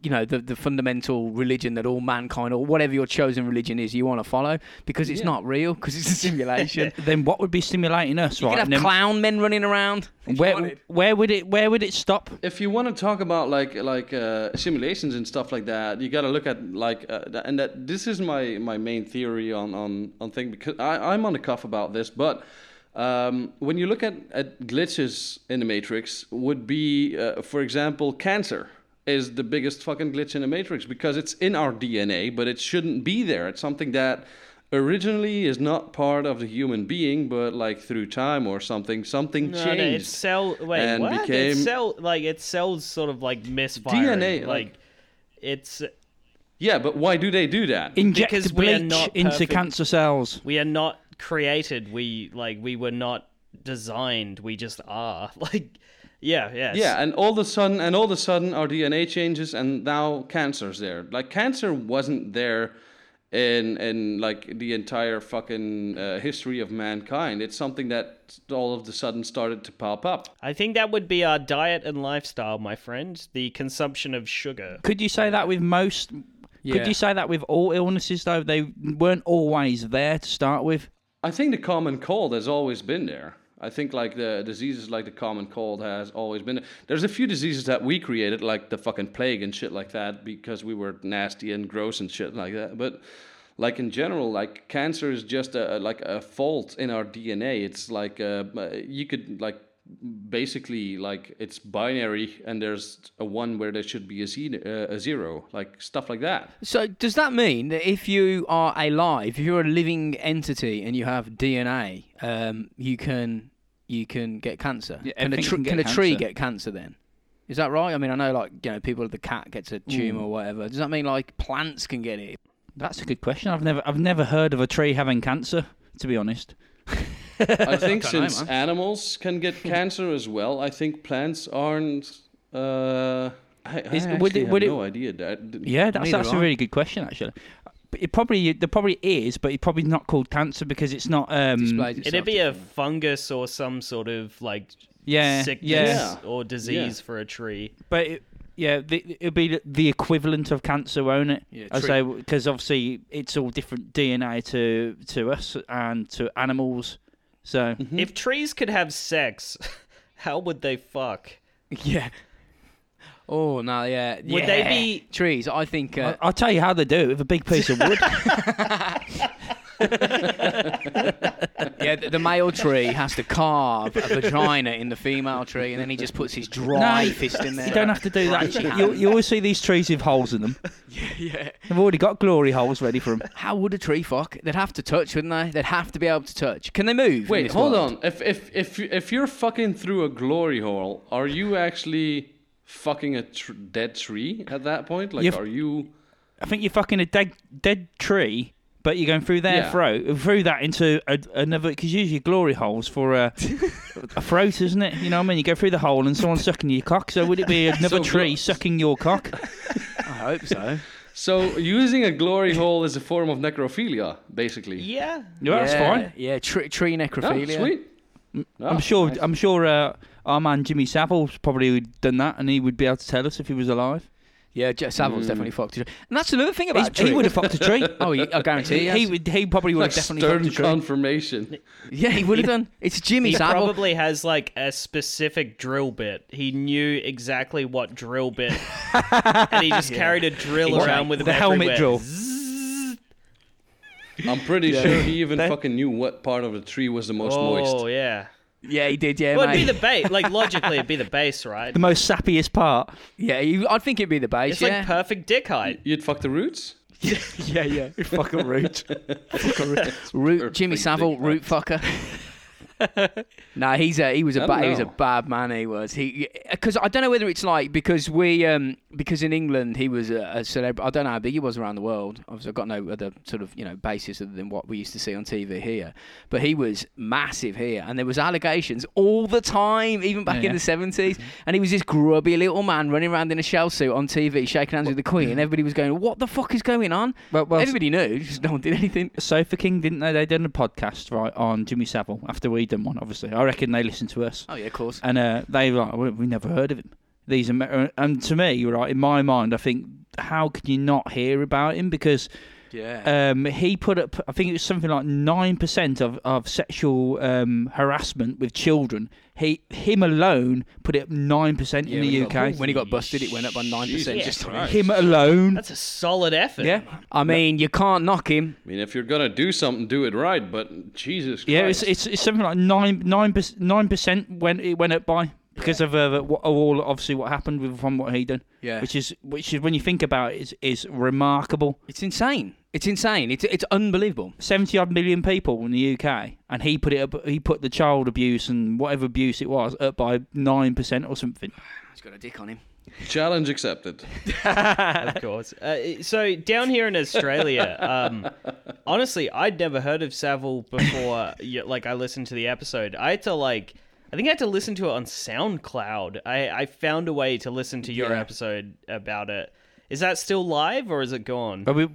B: You know the the fundamental religion that all mankind or whatever your chosen religion is you want to follow because it's
C: Yeah.
B: not real because it's a simulation.
A: Then what would be simulating us,
B: you
A: right?
B: could have
A: And then
B: clown men running around.
A: where where would it where would it stop?
C: If you want to talk about like like uh, simulations and stuff like that, you got to look at like uh, th- and that this is my my main theory on on on thing because I I'm on the cuff about this, but. Um, when you look at, at glitches in the matrix would be uh, for example cancer is the biggest fucking glitch in the matrix because it's in our dna but it shouldn't be there it's something that originally is not part of the human being but like through time or something something
D: No,
C: changed
D: no, it's cell. Wait,
C: and
D: what?
C: became-
D: It's cell. Like it's cells, sort of like misfiring.
C: DNA,
D: like,
C: like-
D: it's
C: Yeah, but why do they do that?
A: Inject
D: Because we are
A: bleach
D: not
A: into
D: perfect.
A: cancer cells.
D: we are not created. We like we were not designed. We just are. Like, yeah, yes.
C: yeah, and all of a sudden, and all of a sudden, our DNA changes, and now cancer's there. Like cancer wasn't there in in like the entire fucking uh, history of mankind. It's something that all of the sudden started to pop up.
D: I think that would be our diet and lifestyle, my friend. The consumption of sugar.
A: Could you say that with most?
B: Yeah.
A: Could you say that with all illnesses though? They weren't always there to start with.
C: I think the common cold has always been there. I think like the diseases like the common cold has always been. There's a few diseases that we created, like the fucking plague and shit like that, because we were nasty and gross and shit like that. But like in general, like cancer is just a a- like a fault in our DNA. It's like uh, you could like basically like it's binary, and there's a one where there should be a, ze- uh, a zero, like stuff like that.
B: So does that mean that if you are alive, if you're a living entity and you have DNA, um, you can you can get cancer?
A: Yeah,
B: can a,
A: everything
B: tr-
A: can get
B: can a tree
A: cancer.
B: get cancer then? Is that right? I mean, I know like you know people the cat gets
A: Mm.
B: a tumor or whatever. Does that mean like plants can get it?
A: That's a good question. I've never I've never heard of a tree having cancer. to be honest.
C: I think
B: don't know,
C: since
B: man.
C: animals can get cancer as well, I think plants aren't. Uh, I, I
A: Is- would
C: actually
A: it-
C: have
A: would it-
C: no idea that. d-
A: Yeah, that's,
B: Neither
A: that's
B: do
A: a
B: I.
A: really good question actually. But It probably there probably is, but it probably not called cancer because it's not. Um,
B: Displays
D: It'd
B: itself
D: be a
B: differently.
D: fungus or some sort of like
A: Yeah,
D: sickness
A: yeah,
C: Yeah.
D: or disease for a tree.
A: but it, yeah, the, it'd be the equivalent of cancer, won't it?
B: Yeah,
A: I
B: true.
A: say because obviously it's all different DNA to to us and to animals. So
B: Mm-hmm.
D: If trees could have sex, how would they fuck?
B: Yeah. Oh no, yeah.
D: Would they be-
B: trees? I think. Uh,
A: I, will tell you how they do it with a big piece of wood.
B: yeah, the, the male tree has to carve a vagina in the female tree, and then he just puts his dry
A: No,
B: fist in there.
A: you don't have to do
B: Right, yeah.
A: that. You, you always see these trees with holes in them.
B: yeah.
A: They've already got glory holes ready for them.
B: How would a tree fuck? They'd have to touch, wouldn't they? They'd have to be able to touch. Can they move? in
C: Wait,
B: this
C: hold
B: world?
C: on. If if if if you're fucking through a glory hole, are you actually fucking a tr- dead tree at that point? Like,
A: You've-
C: are you?
A: I think you're fucking a dead dead tree, but you're going through their
C: Yeah.
A: throat, through that into a, another. Because usually glory holes for a, a throat, isn't it? You know what I mean? You go through the hole and someone's sucking your cock. So would it be another
C: So
A: tree
C: glo-
A: sucking your cock?
B: I hope so.
C: So using a glory hole is a form of necrophilia, basically.
D: Yeah.
A: No, that's
B: yeah,
A: fine.
B: Yeah, tree, tree
C: Oh,
B: necrophilia.
C: sweet.
A: Mm, I'm
C: Oh,
A: sure.
C: nice.
A: I'm sure. Uh, our man Jimmy Savile's probably done that, and he would be able to tell us if he was alive.
B: Yeah, J- Savile's definitely fucked a tree. And that's another thing about
A: He's-
B: trees.
A: he would have fucked a tree.
B: Oh, he- I guarantee.
A: he,
B: yes.
A: he would. He probably would
C: like
A: have definitely
C: stern
A: fucked a tree.
C: confirmation.
B: yeah, he would have done. It's Jimmy
D: He
B: Savile.
D: probably has like a specific drill bit. He knew exactly what drill bit, and he just carried a drill
A: Exactly.
D: around with him
A: The helmet
D: everywhere.
A: drill.
C: I'm pretty sure he even fucking knew what part of the tree was the most
D: Oh
C: moist.
D: yeah.
B: yeah, he did. Yeah,
D: Well,
B: mate.
D: it'd be the base. Like logically, it'd be the base, right?
A: The most sappiest part.
B: yeah, he, I think it'd be the base.
D: It's
B: yeah.
D: like perfect dick height.
C: You'd fuck the roots.
B: yeah, yeah.
A: Fucking root.
B: Root, Jimmy
C: big
B: Savile,
C: dick
B: root fucker. nah, he's a he was a
C: I
B: ba-
C: don't
B: he was a
C: know.
B: bad man. He was he because I don't know whether it's like because we um because in England he was a, a celebrity. I don't know how big he was around the world. Obviously, I've got no other sort of you know basis other than what we used to see on TV here. But he was massive here, and there was allegations all the time, even back
A: Yeah.
B: in the seventies. And he was this grubby little man running around in a shell suit on TV, shaking hands with the Queen, and everybody was going, "What the fuck is going on?"
A: Well- well,
B: everybody knew, just no one did anything.
A: Sofa King didn't know they'd done a podcast right on Jimmy Savile after we'd done one. Obviously, I reckon they listened to us,
B: Oh yeah, of course.
A: and uh, they were like we, we never heard of him. These Amer- and to me, right in my mind, I think how can you not hear about him because
B: Yeah.
A: um, he put up I think it was something like nine percent of of sexual um, harassment with children. He him alone put it up nine percent in
B: when he
A: the
B: got-
A: UK.
B: when he got busted, it went up by nine percent.
D: Jesus
B: Just
D: Christ.
A: him alone,
D: That's a solid effort.
A: yeah.
B: I mean, you can't knock him.
C: I mean, if you're gonna do something, do it right. But Jesus Christ.
A: Yeah, it's, it's it's something like nine nine nine percent when it went up by because of uh, what, of all obviously what happened with from what he done.
B: Yeah.
A: which is which is when you think about it, is is remarkable.
B: It's insane. It's insane. It's it's unbelievable.
A: Seventy odd million people in the UK, and he put it up. He put the child abuse and whatever abuse it was up by nine percent or something.
B: He's got a dick on him.
C: Challenge accepted.
D: of course. Uh, so down here in Australia, um, honestly, I'd never heard of Savile before. y- like I listened to the episode. I had to like, I think I had to listen to it on SoundCloud. I I found a way to listen to your
B: Yeah.
D: episode about it. Is that still live or is it gone?
A: But we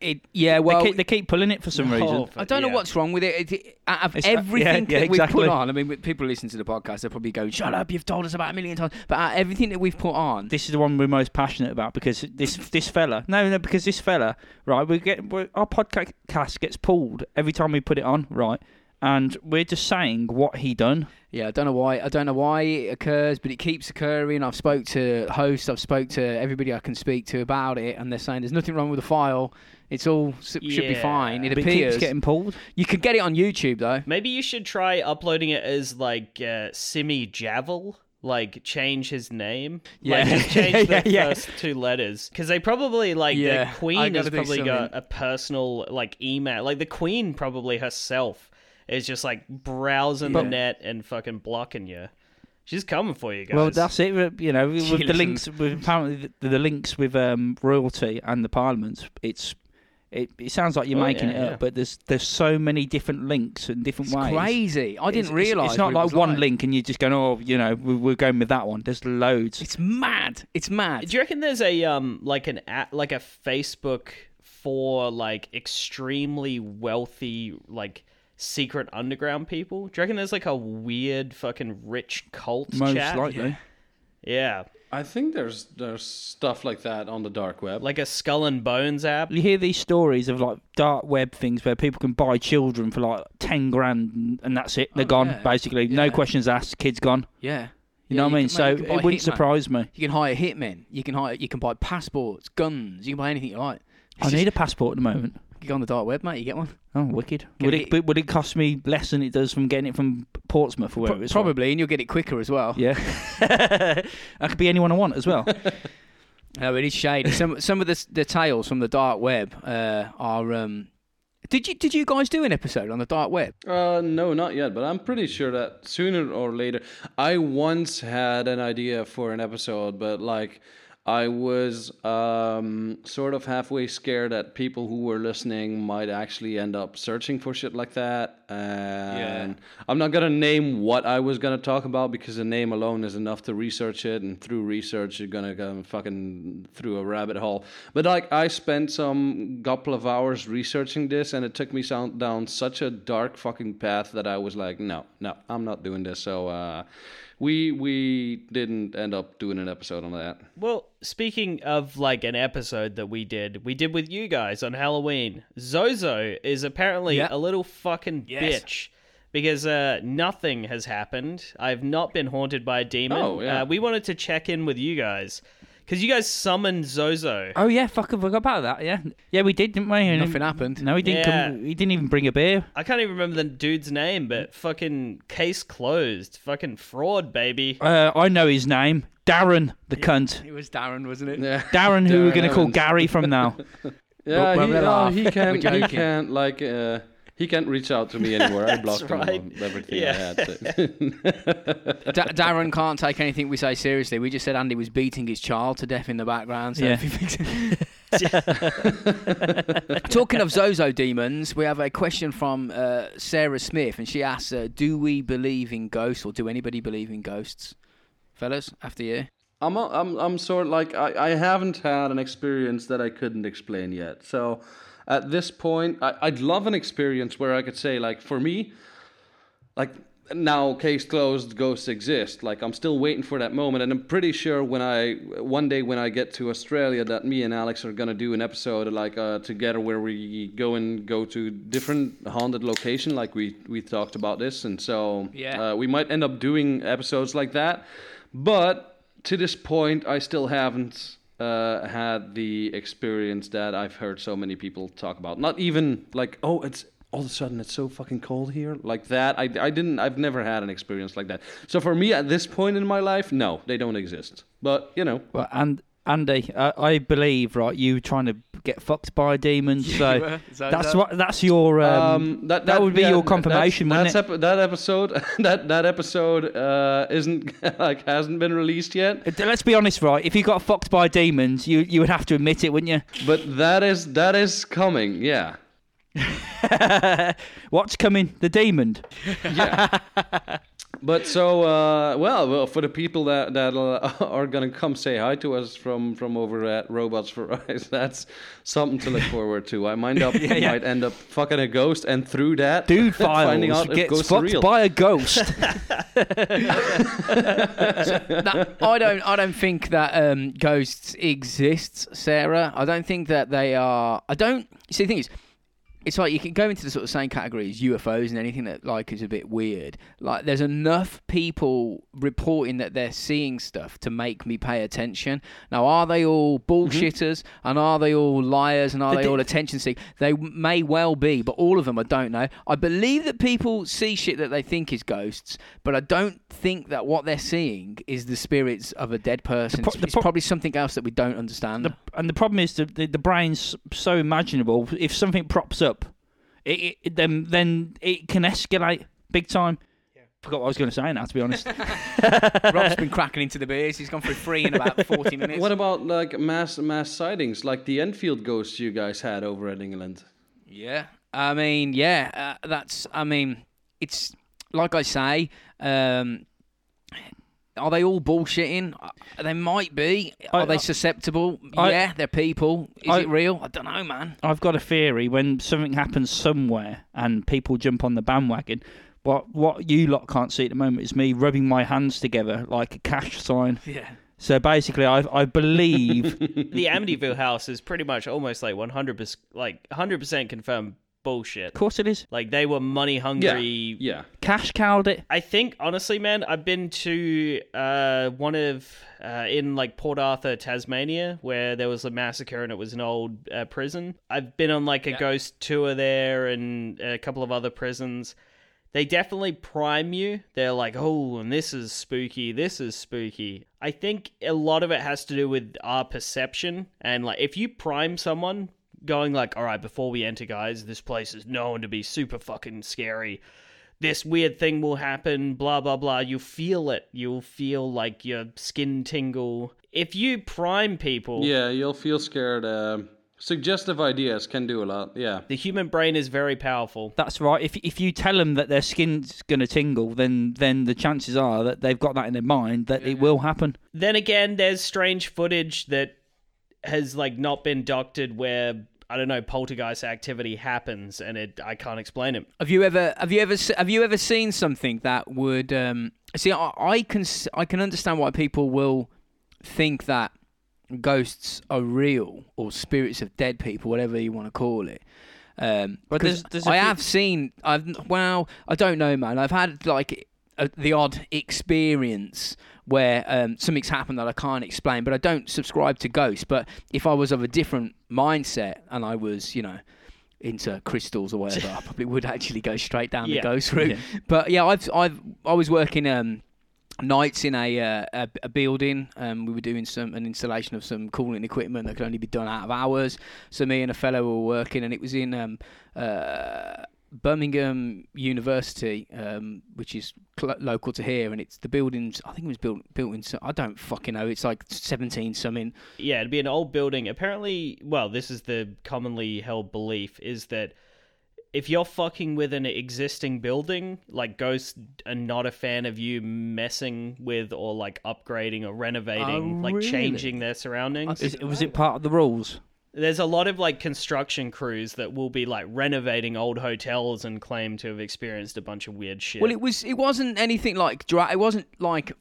B: It yeah. Well,
A: they, keep, they keep pulling it for some reason.
B: I don't know
D: Yeah.
B: what's wrong with it. it out of
A: It's-
B: everything
A: yeah, yeah,
B: that
A: exactly.
B: we've put on, I mean, with people listen to the podcast, they're probably going, "Shut up! You've told us about a million times." But out of everything that we've put on,
A: This is the one we're most passionate about because this this fella no no because this fella right we get we our podcast gets pulled every time we put it on right and we're just saying what he done
B: Yeah, I don't know why. I don't know why it occurs, but it keeps occurring. I've spoke to hosts, I've spoke to everybody I can speak to about it, and they're saying there's nothing wrong with the file. It's all s should be
D: Yeah.
B: fine. It
A: but it
B: appears.
A: keeps getting pulled
B: You could get it on YouTube though.
D: Maybe you should try uploading it as like uh, Simi Javel. Like change his name, like
B: Yeah.
D: just change the
A: Yeah, yeah.
D: first two letters, because they probably like
B: Yeah,
D: the
B: I
D: Queen
B: gotta do
D: has probably got
B: something.
D: a personal like email. Like the Queen probably herself is just like browsing the
B: Yeah.
D: net and fucking blocking you. She's coming for you guys.
A: well that's it uh, you know with the
B: listens.
A: links with apparently the, the links with um royalty and the parliament it's it, it sounds like you're
D: Oh,
A: making
D: yeah,
A: it up,
D: yeah.
A: but there's there's so many different links and different
B: It's
A: ways.
B: crazy. I
A: It's-
B: didn't
A: it's-
B: realize
A: It's not like one link and you're just going, oh, you know, we- we're going with that one. There's loads.
B: It's mad. It's mad.
D: Do you reckon there's a um like an a like a Facebook for like extremely wealthy like secret underground people? Do you reckon there's like a weird fucking rich cult
A: most
D: chat?
A: likely.
D: Yeah.
C: I think there's there's stuff like that on the dark web.
D: Like a skull and bones app.
A: You hear these stories of like dark web things where people can buy children for like ten grand and- and that's it. They're
B: Oh,
A: gone
B: yeah.
A: basically. No
B: Yeah.
A: questions asked. Kids gone.
B: yeah.
A: You
B: Yeah,
A: know what I mean?
B: can- man,
A: So
B: you can buy
A: it wouldn't
B: hitman.
A: surprise me.
B: You can hire hitmen. You can hire. You can buy passports, guns. You can buy anything you like. It's
A: I
B: just-
A: need a passport at the moment.
B: You go on the dark web, mate. You get one.
A: Oh, wicked!
B: Can
A: Would
B: it-
A: it, but would it cost me less than it does from getting it from Portsmouth or wherever
B: Pro-
A: it's from?
B: probably, and you'll get it quicker as well.
A: Yeah, I could be anyone I want as well.
B: No, Oh, it is shady. Some some of the s- the tales from the dark web uh, are. Um, did you did you guys do an episode on the dark web?
C: Uh, no, not yet, but I'm pretty sure that sooner or later. I once had an idea for an episode, but like I was um, sort of halfway scared that people who were listening might actually end up searching for shit like that. And I'm not gonna name what I was gonna talk about because the name alone is enough to research it, and through research you're gonna go fucking through a rabbit hole. But like I spent some couple of hours researching this, and it took me sound down such a dark fucking path that I was like, no, no, I'm not doing this. So uh, we we didn't end up doing an episode on that.
D: Well, speaking of like an episode that we did, we did with you guys on Halloween. Zozo is apparently
B: Yeah.
D: a little fucking
B: Yes.
D: bitch because uh, nothing has happened. I've not been haunted by a demon.
C: Oh, yeah.
D: uh, we wanted to check in with you guys because you guys summoned Zozo.
A: oh yeah, fuck! I forgot about that. Yeah, yeah, we did, didn't we? And-
B: Nothing happened.
A: No, he didn't.
D: Yeah.
A: Come, he didn't even bring a beer.
D: I can't even remember the dude's name, but fucking case closed. Fucking fraud, baby.
A: Uh, I know his name, Darren the cunt.
B: It was Darren, wasn't it?
C: Yeah.
A: Darren, who we're going to call
C: Evans.
A: Gary from now.
C: Yeah,
B: But
C: he,
B: we're
C: oh,
B: laugh.
C: he can't.
B: We're
C: he
B: joking.
C: can't like. Uh, he can't reach out to me anymore. I blocked
D: right.
C: him on everything I
D: Yeah.
C: had. so-
B: Da- Darren can't take anything we say seriously. We just said Andy was beating his child to death in the background. So
A: Yeah.
B: if he thinks- Talking of Zozo demons, we have a question from uh, Sarah Smith, and she asks, uh, "Do we believe in ghosts, or do anybody believe in ghosts, fellas? After you,
C: I'm I'm I'm sort of like I, I haven't had an experience that I couldn't explain yet. So at this point, I, I'd love an experience where I could say like for me, like now case closed ghosts exist like i'm still waiting for that moment and i'm pretty sure when i one day when i get to australia that me and alex are going to do an episode like uh, together where we go and go to different haunted location like we we talked about this and so
B: Yeah.
C: uh, we might end up doing episodes like that but to this point i still haven't uh, had the experience that i've heard so many people talk about not even like oh it's all of a sudden it's so fucking cold here like that I, I didn't i've never had an experience like that so for me at this point in my life no they don't exist but you know
A: Well, and Andy, I, I believe right, you were trying to get fucked by a demon. So that's what that's your um, that, would be
C: yeah,
A: your confirmation,
C: that's,
A: wouldn't it?
C: that's ep- that episode that that episode uh, isn't like hasn't been released yet
A: Uh, Let's be honest, right? If you got fucked by demons, you you would have to admit it, wouldn't you?
C: but that is that is coming yeah
A: What's coming? The demon.
C: yeah. But so uh, well, well, for the people that that uh, are gonna come say hi to us from from over at Robots for Eyes, that's something to look forward to. I might up
A: yeah.
C: might end up fucking a ghost, and through that,
A: Dude
C: finding
A: files
C: out if
A: gets
C: ghosts are
A: fucked
C: real.
A: by a ghost.
B: That- I don't. I don't think that um, ghosts exist, Sarah. I don't think that they are. I don't. You see, the thing is, it's like you can go into the sort of same category as UFOs and anything that like is a bit weird. Like, there's enough people reporting that they're seeing stuff to make me pay attention. Now, are they all
A: Mm-hmm.
B: bullshitters and are they all liars and are
A: The
B: they
A: di-
B: all attention seekers? They may well be, but all of them, I don't know. I believe that people see shit that they think is ghosts, but I don't think that what they're seeing is the spirits of a dead person.
A: pro-
B: it's,
A: the
B: it's
A: pro-
B: probably something else that we don't understand.
A: the, and the problem is the, the the brain's so imaginable. If something props up, it, it then then it can escalate big time. forgot what I was going to say now. To be honest,
B: Rob's been cracking into the beers. He's gone through three in about 40 minutes.
C: What about like mass mass sightings, like the Enfield ghosts you guys had over in England?
B: Yeah, I mean, yeah, uh, that's. I mean, it's like I say. Um, are they all bullshitting? Uh, They might be. Are
A: I- uh,
B: they susceptible?
A: I-
B: yeah, they're people. Is
A: I-
B: it real? I don't know, man.
A: I've got a theory. When something happens somewhere and people jump on the bandwagon, what what you lot can't see at the moment is me rubbing my hands together like a cash sign.
B: Yeah.
A: So basically, I I believe
D: the Amityville house is pretty much almost like 100% like 100% confirmed bullshit.
A: Of course it is.
D: Like they were money
C: Yeah,
D: hungry.
C: yeah.
A: Cash cowed it.
D: I think honestly, man, I've been to uh, one of uh, in like Port Arthur, Tasmania, where there was a massacre and it was an old uh, prison. I've been on like a ghost tour there and a couple of other prisons. They definitely prime you. They're like, oh, and this is spooky. This is spooky. I think a lot of it has to do with our perception and like if you prime someone. Going like, all right, before we enter, guys, this place is known to be super fucking scary this weird thing will happen, blah, blah, blah. You feel it. You'll feel like your skin tingle. If you prime people,
C: Yeah, you'll feel scared. Um suggestive ideas can do a lot. Yeah.
D: the human brain is very powerful.
A: That's right. If if you tell them that their skin's gonna tingle, then then the chances are that they've got that in their mind that it will happen.
D: Then again, there's strange footage that has like not been doctored where I don't know poltergeist activity happens and it I can't explain it.
B: Have you ever have you ever se- have you ever seen something that would um, see? I, I can s- I can understand why people will think that ghosts are real or spirits of dead people, whatever you want to call it. Um,
A: But
B: 'cause
A: there's- there's a
B: I
A: few-
B: have seen. I've well, I don't know, man. I've had like a, the odd experience where um, something's happened that I can't explain, but I don't subscribe to ghosts. But if I was of a different mindset and I was, you know, into crystals or whatever, I probably would actually go straight down
D: Yeah.
B: the ghost route. But yeah, I've I've I was working um nights in a uh, a, a building. Um, we were doing some an installation of some cooling equipment that could only be done out of hours. So me and a fellow were working, and it was in um uh. Birmingham University, um, which is cl- local to here, and it's the buildings. I think it was built built in. so- I don't fucking know. It's like seventeen something.
D: Yeah, it'd be an old building. Apparently, well, this is the commonly held belief is that if you're fucking with an existing building, like ghosts are not a fan of you messing with or like upgrading or renovating,
B: Oh,
D: like
B: really?
D: changing their surroundings.
A: Is, was it part of the rules?
D: There's a lot of like construction crews that will be like renovating old hotels and claim to have experienced a bunch of weird shit.
B: Well, it was. It wasn't anything like. Dra- it wasn't like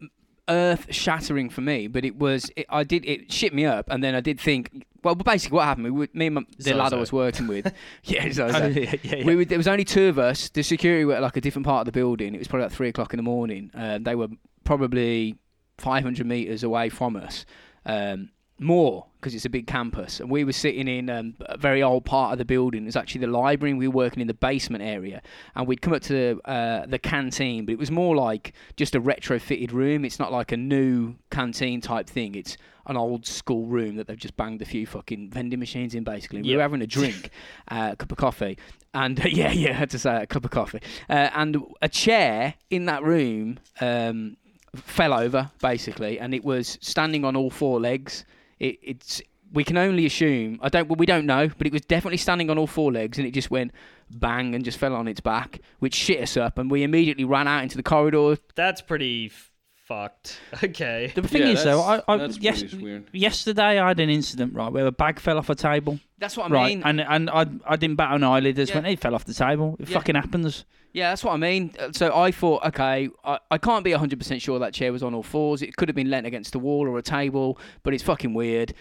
B: earth shattering for me, but it was. It, I did. It shit me up, and then I did think. Well, basically, what happened? We, were- me and my, the lad I
D: Zozo.
B: was working with. yeah,
A: Oh,
B: Zozo.
A: yeah, yeah, yeah.
B: We were, there was only two of us. The security were at like a different part of the building. It was probably like three o'clock in the morning. Um, they were probably 500 meters away from us. Um, more because it's a big campus, and we were sitting in um, a very old part of the building. It was actually the library, and we were working in the basement area. And we'd come up to the, uh, the canteen, but it was more like just a retrofitted room. It's not like a new canteen type thing. It's an old school room that they've just banged a few fucking vending machines in. Basically, we were having a drink, uh, a cup of coffee, and yeah, yeah, I had to say that, a cup of coffee, uh, and a chair in that room. Um, fell over basically, and it was standing on all four legs. It, it's we can only assume. I don't. Well, we don't know, but it was definitely standing on all four legs, and it just went bang and just fell on its back, which shit us up, and we immediately ran out into the corridor.
D: That's pretty f- fucked. Okay.
A: The thing
C: Yeah,
A: is, though, I,
C: that's-
A: I
C: that's
A: yes,
C: pretty weird.
A: yesterday I had an incident right where a bag fell off a table,
B: That's what I
A: right,
B: mean.
A: and and I I didn't bat an eyelid. I Just
B: Yeah.
A: went, it fell off the table. It
B: Yeah.
A: fucking happens.
B: yeah, that's what I mean. Uh, So I thought, okay, I, I can't be 100% sure that chair was on all fours. It could have been leant against the wall or a table, but it's fucking weird.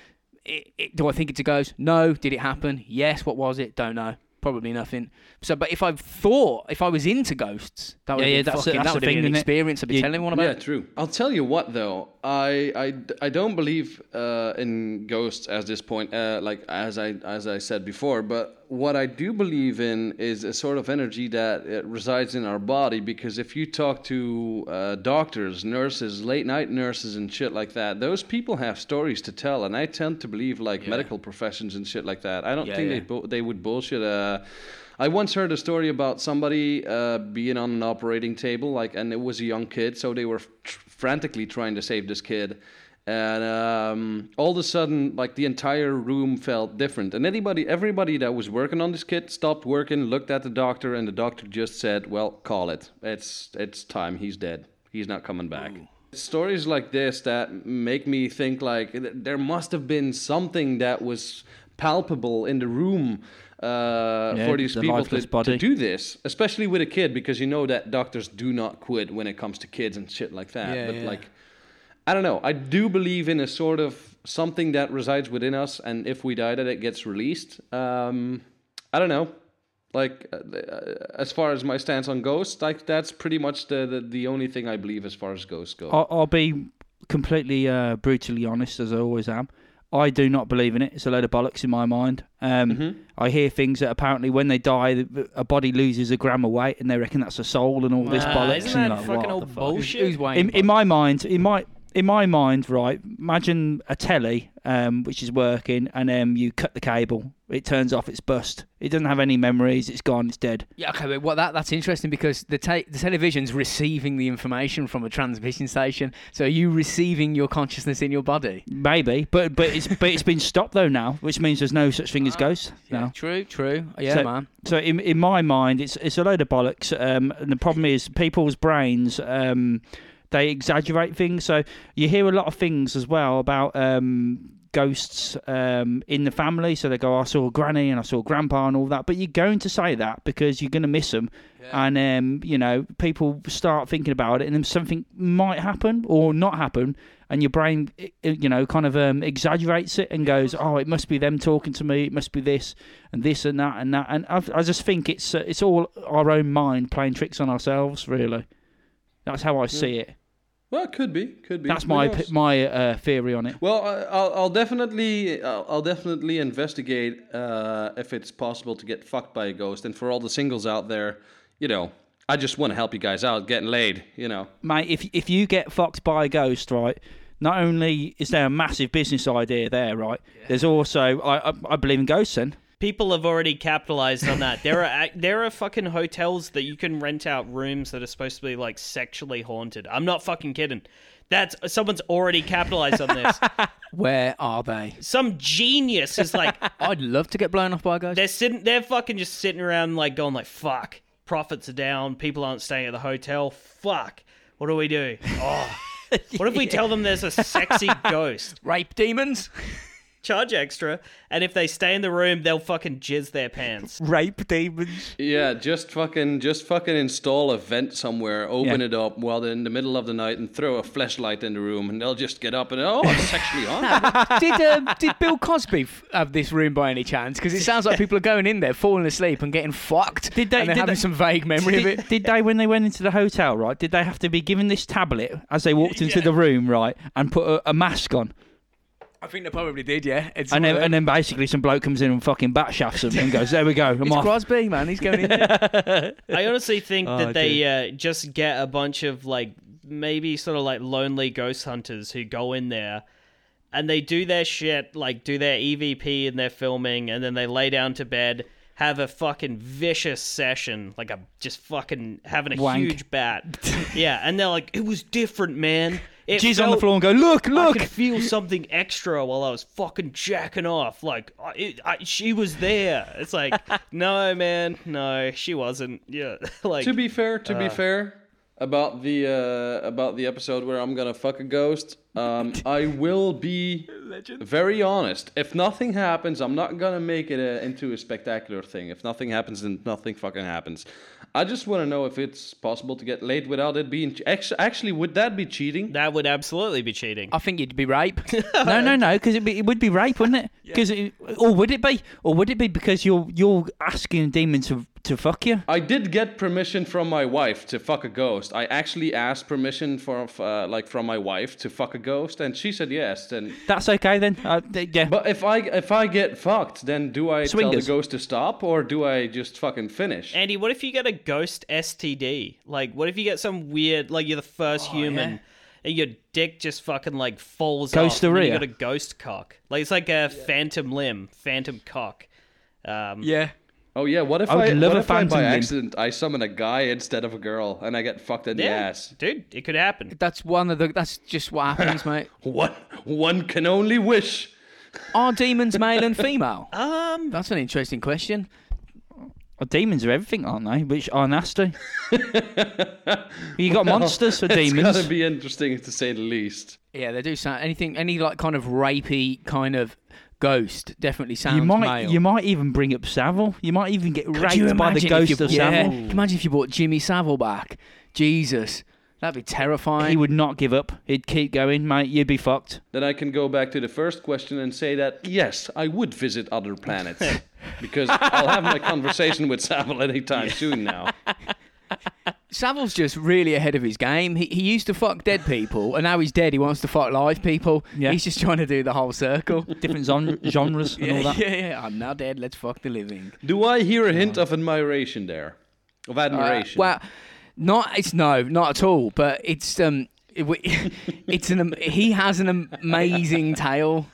B: It, it, do I think it's a ghost? No. Did it happen? Yes. What was it? Don't know. Probably nothing. So, but if I thought, if I was into ghosts, that would
A: Yeah, yeah,
B: have been
A: that's the-
B: fucking,
A: that's
B: that
A: the
B: would have
A: thing,
B: been an
A: innit?
B: experience. I'd be
A: You-
B: telling everyone about
C: Yeah, true. I'll tell you what though, I I, I don't believe uh, in ghosts at this point. Uh, like as I as I said before, but what I do believe in is a sort of energy that uh, resides in our body. Because if you talk to uh, doctors, nurses, late night nurses, and shit like that, those people have stories to tell, and I tend to believe like medical professions and shit like that. I don't think
B: yeah.
C: they bu- they would bullshit a Uh, I once heard a story about somebody uh, being on an operating table, like, and it was a young kid, so they were f- tr- frantically trying to save this kid. And um, all of a sudden, like the entire room felt different. And anybody, everybody that was working on this kid stopped working, looked at the doctor, and the doctor just said, "Well, call it. It's it's time. He's dead. He's not coming back." stories like this that make me think like th- there must have been something that was palpable in the room uh,
A: Yeah,
C: for these
A: the
C: people to,
A: lifeless
C: to
A: body.
C: do this especially with a kid because you know that doctors do not quit when it comes to kids and shit like that
B: Yeah,
C: but
B: yeah.
C: like i don't know i do believe in a sort of something that resides within us and if we die that it gets released um, i don't know like uh, th- uh, as far as my stance on ghosts like that's pretty much the, the, the only thing i believe as far as ghosts go
A: I'll, I'll be completely uh, brutally honest, as I always am. I do not believe in it. It's a load of bollocks in my mind. Um,
D: Mm-hmm.
A: I hear things that apparently when they die, the- a body loses a gram of weight, and they reckon that's a soul and all this
B: Uh,
D: Ah,
A: bollocks.
D: isn't
A: and
D: that
A: you're like,
D: fucking
A: what
D: old
A: the fuck?
D: bullshit?
B: Who's Wayne?
A: in, in my mind, in my in my mind, right? Imagine a telly um, which is working, and um, you cut the cable. It turns off. It's bust. It doesn't have any memories. It's gone. It's dead.
B: Yeah, okay, but well, that that's interesting because the ta- the television's receiving the information from a transmission station. So are you receiving your consciousness in your body?
A: Maybe, but but it's but it's been stopped though now, which means there's no such thing as ghosts now.
B: true, true. Yeah,
A: So-
B: man.
A: So in in my mind, it's it's a load of bollocks. Um, and the problem is people's brains. Um, they exaggerate things. So you hear a lot of things as well about um, ghosts um, in the family. So they go, "I saw Granny and I saw Grandpa and all that." But you're going to say that because you're going to miss them, and um, you know people start thinking about it, and then something might happen or not happen. And your brain, i- i- you know, kind of um, exaggerates it and goes, "Oh, it must be them talking to me. It must be this and this and that and that." And I've, I just think it's uh, it's all our own mind playing tricks on ourselves. Really, that's how I see it.
C: Well, it could be, could be.
A: That's
C: Who
A: my
C: knows?
A: p- my uh, theory on it.
C: well, I- I'll, I'll definitely, I'll, I'll definitely investigate uh, if it's possible to get fucked by a ghost. And for all the singles out there, you know, I just want to help you guys out getting laid. You know,
A: Mate, if if you get fucked by a ghost, right? Not only is there a massive business idea there, right? There's also I I, I believe in ghosts. Then
D: People have already capitalized on that. There are ac- there are fucking hotels that you can rent out rooms that are supposed to be like sexually haunted. I'm not fucking kidding. That's someone's already capitalized on this.
B: Where are they?
D: Some genius is like
B: I'd love to get blown off by a ghost.
D: they're sitting they're fucking just sitting around like going like fuck. Profits are down, people aren't staying at the hotel. Fuck. What do we do? Oh. What if we tell them there's a sexy ghost?
B: Rape demons.
D: Charge extra, and if they stay in the room, they'll fucking jizz their pants.
A: rape demons.
C: yeah, just fucking, just fucking install a vent somewhere, open
A: Yeah.
C: it up while they're in the middle of the night, and throw a flashlight in the room, and they'll just get up and oh, it's sexually on.
B: did um, did Bill Cosby f- have this room by any chance? Because it sounds like people are going in there, falling asleep, and getting fucked.
A: Did they-
B: And they're
A: did
B: having
A: they-
B: some vague memory of it.
A: Did, did they when they went into the hotel, right? Did they have to be given this tablet as they walked into the room, right, and put a, a mask on,
B: I think they probably did. Yeah. It's
A: and then,
B: one of
A: and
B: them.
A: then basically some bloke comes in and fucking bat shafts them and goes, "There we go, I'm
B: it's
A: off."
B: Crosby, man. He's going in. there.
D: I honestly think
A: Oh,
D: that they uh, just get a bunch of like maybe sort of like lonely ghost hunters who go in there and they do their shit, like do their E EVP and their filming, and then they lay down to bed, have a fucking vicious session, like a just fucking having a
A: Wank.
D: huge bat, yeah, and they're like, it was different, man. It
A: Jizz on the
D: felt-
A: floor and go, "Look,
D: I
A: look."
D: could feel something extra while I was fucking jacking off. Like, I, it, I, she was there. It's like, no, man, no, she wasn't. Yeah, like,
C: to be fair, to be fair. About the uh, about the episode where I'm gonna fuck a ghost, um, I will be very honest. If nothing happens, I'm not gonna make it a, into a spectacular thing. If nothing happens, then nothing fucking happens. I just want to know if it's possible to get laid without it being. Che- actually, actually, would that be cheating?
D: that would absolutely be cheating.
B: I think you'd be rape.
A: No, no, no, because it, be- it would be rape, wouldn't it? Because or would it be, or would it be because you're you're asking a demon to to fuck you?
C: I did get permission from my wife to fuck a ghost. I actually asked permission for uh, like from my wife to fuck a ghost, and she said yes. Then,
A: That's okay then. Uh, th- yeah,
C: but if I if I get fucked, then do I tell
A: Swingers.
C: the ghost to stop or do I just fucking finish?
D: Andy, what if you get a ghost STD? Like, what if you get some weird, like, you're the first human.
B: yeah.
D: And your dick just fucking like falls off. And then
A: Ghosteria.
D: you got a ghost cock. Like it's like a phantom limb, phantom cock. Um,
B: yeah.
C: Oh yeah, what if
A: I
C: I,
A: would love
C: what
A: a
C: if I
A: phantom
C: by
A: limb.
C: accident I summon a guy instead of a girl and I get fucked in the ass?
D: dude, it could happen.
B: That's one of the. That's just what happens, mate.
C: What one can only wish.
B: Are demons male and female?
D: Um,
B: That's an interesting question.
A: Well, demons are everything, aren't they? Which are nasty. you got monsters for demons.
C: Gotta be interesting to say the least.
B: Yeah, they do sound anything, any like kind of rapey kind of ghost definitely sounds
A: You might,
B: male.
A: you might even bring up Savile. You might even get
B: Could you
A: raped by the
B: imagine if
A: ghost
B: you-
A: of
B: yeah,
A: Savile.
B: could you Imagine if you brought Jimmy Savile back. Jesus, that'd be terrifying.
A: He would not give up. He'd keep going, mate. You'd be fucked.
C: Then I can go back to the first question and say that yes, I would visit other planets because I'll have my conversation with Savile anytime soon now.
B: Savile's just really ahead of his game. He, he used to fuck dead people, and now he's dead. He wants to fuck live people.
A: Yeah.
B: He's just trying to do the whole circle.
A: Different zon- genres and all
B: yeah,
A: that.
B: yeah, yeah. I'm now dead. Let's fuck the living.
C: Do I hear a hint of admiration there? Of
B: Uh,
C: admiration.
B: well, not it's no, not at all. But it's um, it, w- it's an am- he has an amazing tale.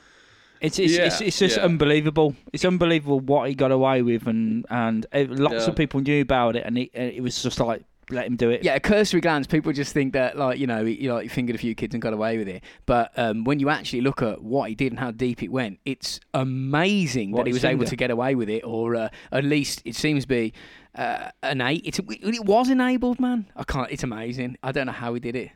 A: It's it's,
C: Yeah,
A: it's it's just
C: yeah.
A: unbelievable. It's unbelievable what he got away with, and and uh, lots
C: Yeah.
A: of people knew about it, and it, and it was just like let him do it.
B: Yeah, at cursory glance, people just think that like you know he, he, like he fingered a few kids and got away with it. But um, when you actually look at what he did and how deep it went, it's amazing
A: What
B: that he
A: he
B: was able
A: fingered.
B: to get away with it, or uh, at least it seems to be uh, innate. It's, it was enabled, man. I can't. It's amazing. I don't know how he did it.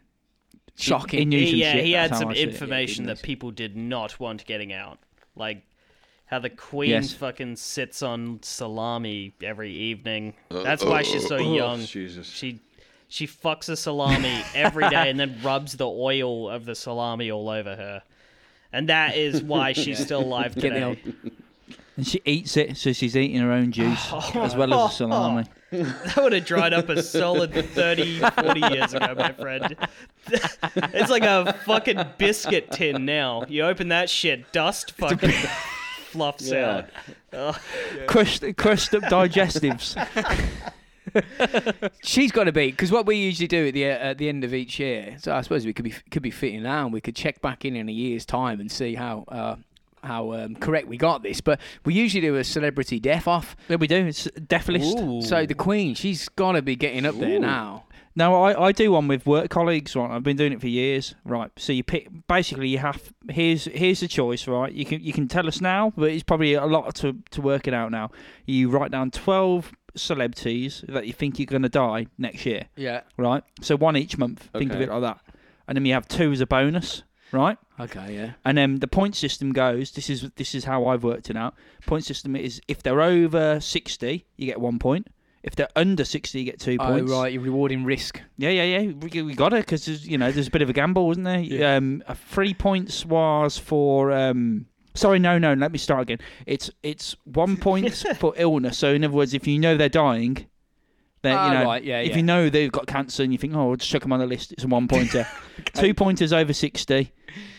B: Shocking.
A: He knew some
D: yeah,
A: shit,
D: he
A: that's
D: had
A: how
D: some
A: I see it.
D: information
A: Yeah,
D: that people did not want getting out, like how the queen
A: Yes.
D: fucking sits on salami every evening. That's why she's so
C: oh,
D: young.
C: Jesus.
D: She she fucks a salami every day and then rubs the oil of the salami all over her. And that is why she's still alive
B: Get the old-
D: today.
A: And she eats it, so she's eating her own juice as well as the salami.
D: That would have dried up a solid 30, 40 years ago, my friend. It's like a fucking biscuit tin now. You open that shit, dust fucking fluffs
C: Yeah.
D: out. Ugh.
A: Crushed, crushed up digestives.
B: She's got to be because what we usually do at the uh, at the end of each year. So I suppose we could be could be fitting now, and we could check back in in a year's time and see how uh, how um, correct we got this. But we usually do a celebrity death off.
A: there we do. It's death list.
B: So the Queen, she's got to be getting up there now.
A: No, I, I do one with work colleagues. Right, I've been doing it for years. Right, so you pick basically you have here's here's the choice. Right, you can you can tell us now, but it's probably a lot to to work it out now. You write down twelve celebrities that you think you're going to die next year.
B: Yeah.
A: Right, so one each month. Think of
C: Okay.
A: it like that, and then you have two as a bonus. Right,
B: Okay. Yeah.
A: and then the point system goes. This is this is how I've worked it out. Point system is if they're over sixty, you get one point. If they're under sixty, you get two
B: Oh
A: points.
B: right, you're rewarding risk.
A: Yeah, yeah, yeah. We, we got it because you know there's a bit of a gamble, wasn't there?
B: Yeah.
A: Um, uh, three points was for. Um, sorry, no, no. Let me start again. It's it's one point for illness. So in other words, if you know they're dying, then
B: Ah,
A: you know.
B: right, yeah,
A: if
B: yeah.
A: you know they've got cancer and you think, oh, I'll just chuck them on the list. It's a one pointer. Two pointers over sixty,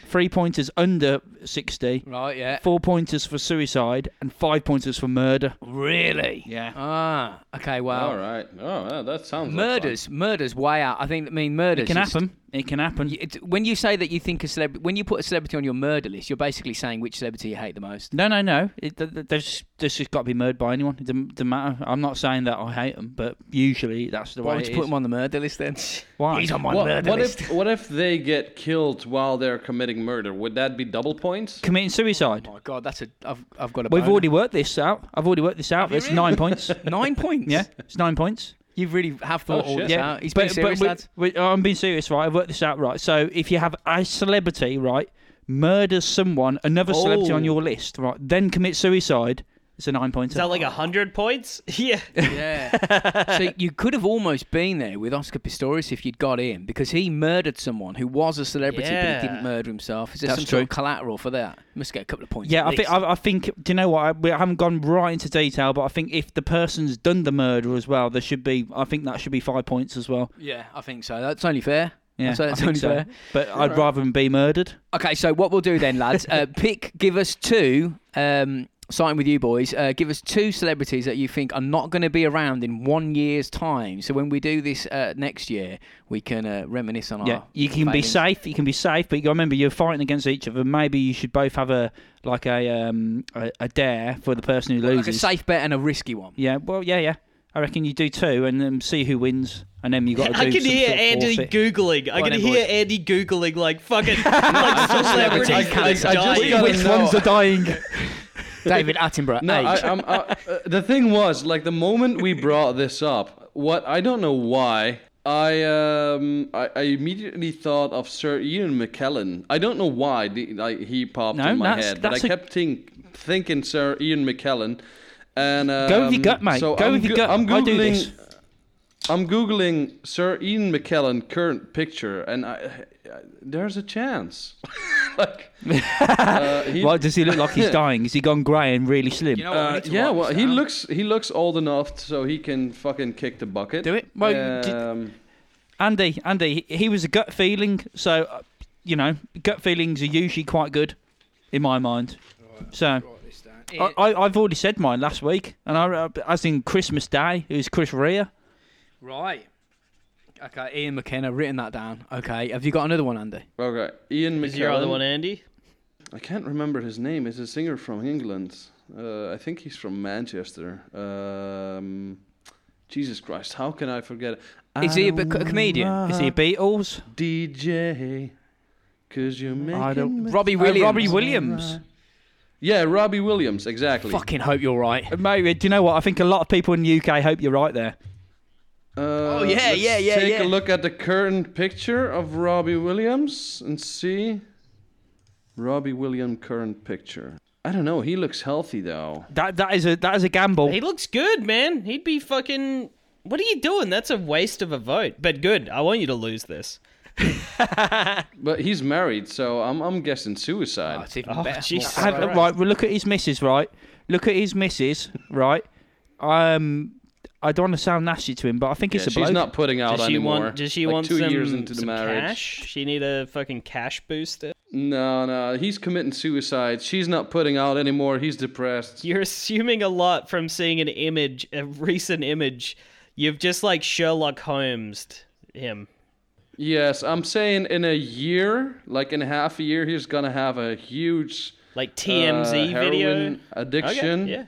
A: three pointers under sixty,
B: Right. Yeah.
A: four pointers for suicide, and five pointers for murder.
B: Really.
A: Yeah.
B: Ah. Okay. Well.
C: All right. Oh, well, that sounds like fun.
B: Murders, murders, way out. I think. I mean, murders.
A: It can
B: is-
A: happen. It can happen.
B: Y- It, when you say that you think a celebrity, when you put a celebrity on your murder list, you're basically saying which celebrity you hate the most.
A: No, no, no. It, th- th- there's there's just got to be murdered by anyone. It doesn't, doesn't matter. I'm not saying that I hate them, but usually that's the
B: Why
A: way.
B: would
A: it
B: you put
A: is.
B: him on the murder list then?
A: Why?
B: He's on my
C: What,
B: murder
C: what
B: list.
C: if what if they get killed while they're committing murder? Would that be double points?
A: committing suicide?
B: oh my god, that's a. I've, I've got a.
A: We've
B: boner.
A: already worked this out. I've already worked this out. It's nine points.
B: nine points.
A: yeah, it's nine points.
B: you really have thought
C: Oh,
B: all
C: shit.
B: this
A: Yeah,
B: out. He's been serious,
A: we-
B: lads.
A: we- oh, I'm being serious, right? I've worked this out, right? So if you have a celebrity, right, murders someone, another celebrity on
D: Oh.
A: your list, right, then commit suicide, it's a nine pointer.
D: Is that like a hundred points? Yeah.
B: Yeah. so you could have almost been there with Oscar Pistorius if you'd got in because he murdered someone who was a celebrity but
D: Yeah.
B: he didn't murder himself. Is there
A: That's
B: some sort of
A: true.
B: collateral for that? Must get a couple of points.
A: Yeah,
B: at
A: I think
B: least.
A: I, I think do you know what? I, we haven't gone right into detail, but I think if the person's done the murder as well, there should be. I think that should be five points as well.
B: yeah, I think so. That's only fair.
A: Yeah,
B: I'd say
A: I
B: that's
A: think
B: only
A: so.
B: fair.
A: But I'd rather him be murdered.
B: Okay, so what we'll do then, lads, uh, pick, give us two um, starting with you boys, uh, give us two celebrities that you think are not going to be around in one year's time. So when we do this uh, next year, we can uh, reminisce on
A: Yeah,
B: our.
A: you can be
B: failings.
A: safe. You can be safe, but you gotta remember you're fighting against each other. Maybe you should both have a like a um a, a dare for the person who
B: Like a
A: loses.
B: safe bet and a risky one.
A: yeah, well, yeah, yeah. I reckon you do two, and um, see who wins, and then you got to do.
D: I can
A: some
D: hear
A: sort of
D: Andy
A: forfeit.
D: googling. I
B: Go on
D: can
B: then,
D: hear
B: boys.
D: Andy googling like fucking like celebrities
C: I- I- I just
D: that's dying.
C: gotta
A: Which ones are dying?
B: David Attenborough.
C: No,
B: age.
C: I, I'm, I, uh, the thing was, like, the moment we brought this up, what I don't know why, I um, I, I immediately thought of Sir Ian McKellen. I don't know why the, like he popped
A: No,
C: in my
A: that's-
C: head, but I
A: that's a-
C: kept think, thinking Sir Ian McKellen. And um,
A: Go with your gut, mate.
C: So
A: Go
C: I'm
A: with your
C: go-
A: gut.
C: I'm
A: I
C: googling.
A: do this.
C: I'm googling Sir Ian McKellen current picture, and I, I, there's a chance. like, uh, he-
A: Well, does he look like he's dying? Is he gone grey and really slim?
B: You know what, Oh, we
C: uh,
B: need to
C: yeah,
B: write
C: well,
B: this
C: he
B: down.
C: looks he looks old enough so he can fucking kick the bucket.
A: Do it. Well, you did-
C: Um,
A: Andy, Andy, he, he was a gut feeling. So, uh, you know, gut feelings are usually quite good, in my mind. So,
B: uh,
A: I, I, I've already said mine last week, and I, uh, as in Christmas Day, it was Chris Rea.
B: Right. Okay, Ian McKenna, written that down. Okay, have you got another one, Andy?
C: okay, Ian McKellen.
D: Is your other one Andy?
C: I can't remember his name. He's a singer from England. Uh, I think he's from Manchester. Um, Jesus Christ, how can I forget? it?
B: Is he a b- co- comedian?
A: Is he a Beatles?
C: DJ? Cause you're making
A: I don't.
C: me-
B: Robbie
A: Oh,
B: Williams.
A: Robbie Williams.
C: Yeah, Robbie Williams, exactly.
B: Fucking hope you're right.
A: Mate, do you know what? I think a lot of people in the UK hope you're right there.
C: Uh,
B: Oh, yeah,
C: let's
B: yeah, yeah,
C: Take
B: yeah.
C: a look at the current picture of Robbie Williams and see Robbie Williams current picture. I don't know. He looks healthy though.
A: That that is a that is a gamble.
D: He looks good, man. He'd be fucking. What are you doing? That's a waste of a vote. But good. I want you to lose this.
C: But he's married, so I'm I'm guessing
B: Oh,
C: suicide.
B: it's even
D: Oh,
B: better.
D: Jesus
B: What-
A: Have-
D: Christ.
A: right, well, look at his missus, right? Look at his missus, right? Um, I don't want to sound nasty to him, but I think
C: Yeah,
A: it's a
C: she's
A: bloke.
C: not putting out
D: Does she
C: anymore.
D: want? Does she
C: like
D: want
C: two
D: some,
C: years into the
D: some
C: marriage?
D: cash? She need a fucking cash booster.
C: No, no, he's committing suicide. She's not putting out anymore. He's depressed.
D: You're assuming a lot from seeing an image, a recent image. You've just like Sherlock Holmes him.
C: Yes, I'm saying in a year, like in half a year, he's gonna have a huge
D: Like
C: uh,
D: TMZ video.
C: heroin addiction.
D: Okay, yeah.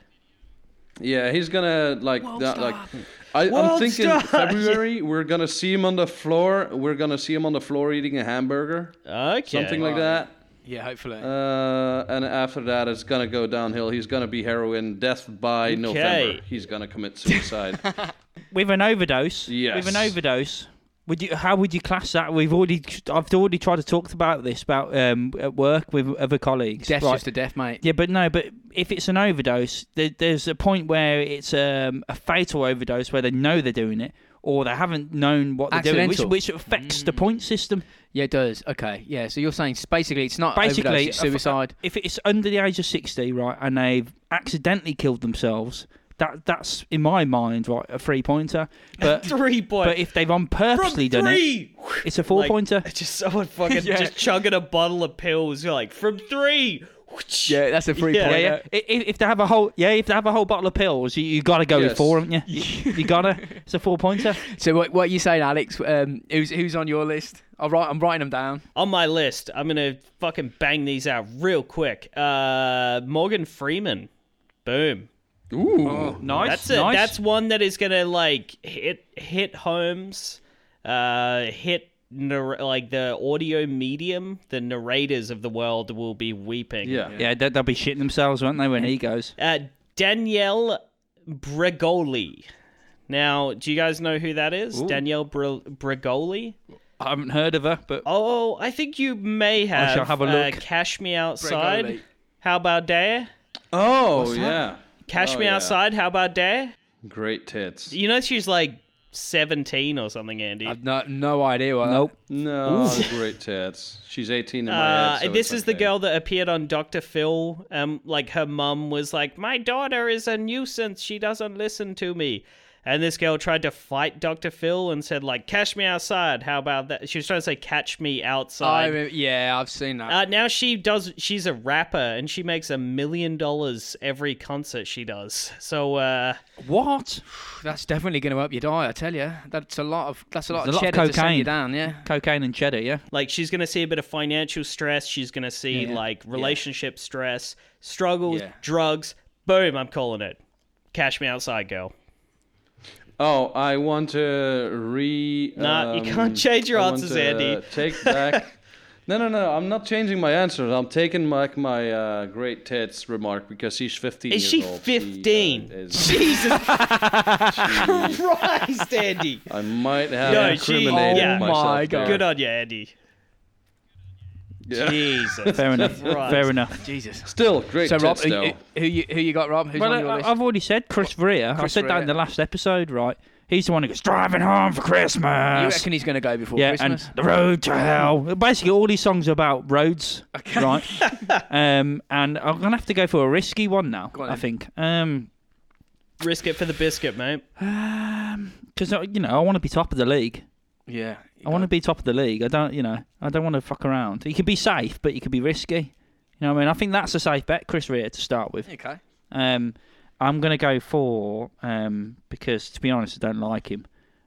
C: Yeah, he's gonna like that, like. I, I'm
D: World
C: thinking
D: star,
C: February we're gonna see him on the floor. We're gonna see him on the floor eating a hamburger,
D: Okay.
C: something like that.
B: Yeah, hopefully.
C: Uh, and after that, it's gonna go downhill. He's gonna be heroin death by November. He's gonna commit suicide.
A: with an overdose.
C: Yes.
A: With an overdose. Would you? How would you class that? We've already. I've already tried to talk about this about um at work with other colleagues.
B: Death's
A: right?
B: just a death, mate.
A: Yeah, but no, but if it's an overdose, there, there's a point where it's um, a fatal overdose where they know they're doing it or they haven't known what they're
B: Accidental. Mm.
A: doing, which, which affects the point system.
B: Yeah, it does. Okay, yeah. So you're saying s- basically it's not
A: Basically,
B: overdose, it's
A: if-
B: suicide.
A: If it's under the age of 60, right, and they've accidentally killed themselves, that that's, in my mind, right, a three pointer. But,
D: Three point.
A: but if they've on purposely done it,
D: three.
A: it's a four pointer.
D: Like, just someone fucking just chugging a bottle of pills. You're like from three. whoosh.
B: Yeah, that's a free
D: Yeah,
B: point.
A: Yeah, yeah. I- If, if they have a whole, yeah, if they have a whole bottle of pills, you, you gotta go
C: Yes.
A: with four, haven't you? you? You gotta. It's a four pointer.
B: So what, what you saying, Alex? Um, who's who's on your list? All right, I'm writing them down.
D: On my list, I'm gonna fucking bang these out real quick. Uh, Morgan Freeman. Boom.
C: Ooh,
A: Nice.
D: That's it.
A: nice.
D: That's one that is gonna like hit hit homes, uh, hit narr- like the audio medium. The narrators of the world will be weeping.
C: yeah.
A: Yeah, they- they'll be shitting themselves, won't they, when he goes?
D: Uh, Danielle Bregoli. Now, do you guys know who that is? Danielle Bre- Bregoli.
A: I haven't heard of her, but
D: Oh, I think you may have.
A: shall have a
D: uh,
A: look.
D: Cash me outside.
B: Bregoli.
D: How about dare?
C: Oh yeah.
D: Cash
C: Oh,
D: me
C: yeah.
D: outside. How about dare?
C: Great tits.
D: You know she's like seventeen or something, Andy. Uh,
B: I've no no idea what.
A: nope.
C: No, great tits. She's 18 in my
D: Uh,
C: head. so
D: this
C: it's
D: is the
C: okay.
D: girl that appeared on Dr. Phil. Um, like her mum was like, "My daughter is a nuisance. She doesn't listen to me." And this girl tried to fight Dr. Phil and said, like, cash me outside. How about that? She was trying to say, catch me
B: I
D: outside.
B: remember, yeah, I've seen that.
D: Uh, now she does. She's a rapper, and she makes a million dollars every concert she does. So uh,
A: What?
B: that's definitely going to up your die, I tell you. That's a lot of that's a lot
A: There's
B: of
A: a lot of
B: cheddar to send
A: cocaine.
B: you down. Yeah.
A: Cocaine and cheddar, yeah.
D: like she's gonna see a bit of financial stress she's gonna see
A: Yeah.
D: like relationship stress struggles
B: Yeah.
D: drugs boom i'm calling it cash me outside girl
C: Oh, I want to re.
D: Nah, you
C: um,
D: can't change your
C: I want
D: answers,
C: to uh,
D: Andy.
C: Take back. no, no, no. I'm not changing my answers. I'm taking back my uh, great tits remark because she's 15.
D: Is
C: years
D: she
C: old.
D: 15?
C: She, uh, is-
D: jesus christ andy
C: I might have
D: No, she-
C: incriminated
D: Oh yeah.
C: myself.
B: my God.
D: good on you andy
C: Yeah.
D: jesus
A: Fair enough.
D: Christ.
A: Fair enough.
B: Jesus. uh,
C: Still great
B: So Rob,
C: tits
B: who,
C: though.
B: who, who you who you got, Rob? Who's
A: Well,
B: on your
A: I,
B: list?
A: I've already said Chris Rea. I
B: Chris
A: said that in
B: Rea.
A: the last episode, right? He's the one who goes driving home for Christmas.
B: you reckon he's going to go before
A: yeah,
B: Christmas?
A: and the road to hell. Basically, all these songs are about roads, right? um, and I'm gonna have to go for a risky one now.
B: on
A: I
B: then.
A: think. Um,
D: risk it for the biscuit mate
A: because you know, I want to be top of the league.
B: yeah.
A: I want to be top of the league. I don't, you know, I don't want to fuck around. You could be safe, but you could be risky. You know what I mean? I think that's a safe bet, Chris Rea, to start with.
B: Okay.
A: Um, I'm gonna go for um because to be honest, I don't like him.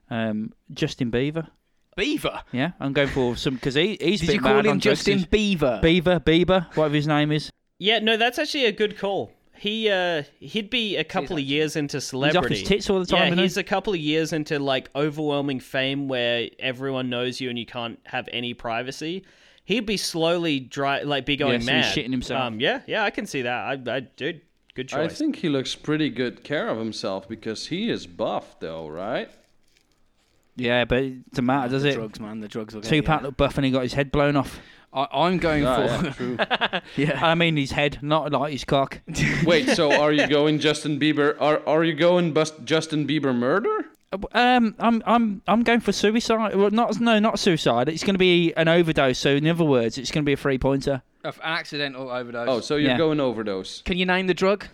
A: Um, Justin Beaver.
B: Beaver.
A: Yeah, I'm going for some because he he's
B: Did
A: been
B: you call
A: mad on
B: him
A: drugs
B: Justin
A: since-
B: Beaver?
A: Beaver, Beaver, whatever his name is.
D: yeah no that's actually a good call he uh he'd be a couple of years into
A: He's off
D: celebrity
A: his tits all the time.
D: Yeah,
A: isn't he?
D: he's a couple of years into like overwhelming fame where everyone knows you and you can't have any privacy. He'd be slowly dry, like be going
A: Yeah, so he's
D: mad,
A: shitting himself.
D: Um, yeah, yeah, I can see that. I, I dude, good
C: I
D: choice.
C: think he looks pretty good care of himself because he is buff though, right?
A: yeah, but it doesn't matter, does
B: the
A: it?
B: drugs, man. The drugs. Will get you.
A: Two pack looked buff and he got his head blown off.
B: I, I'm going
C: Ah,
B: for.
C: yeah, true.
B: Yeah.
A: I mean, his head, not like his cock.
C: Wait, so are you going Justin Bieber? Are are you going bust Justin Bieber murder?
A: Um, I'm I'm I'm going for suicide. Well, not no, not suicide. It's going to be an overdose. So in other words, it's going to be a three pointer.
B: Of accidental overdose.
C: Oh, so you're
A: Yeah.
C: going overdose.
B: Can you name the drug?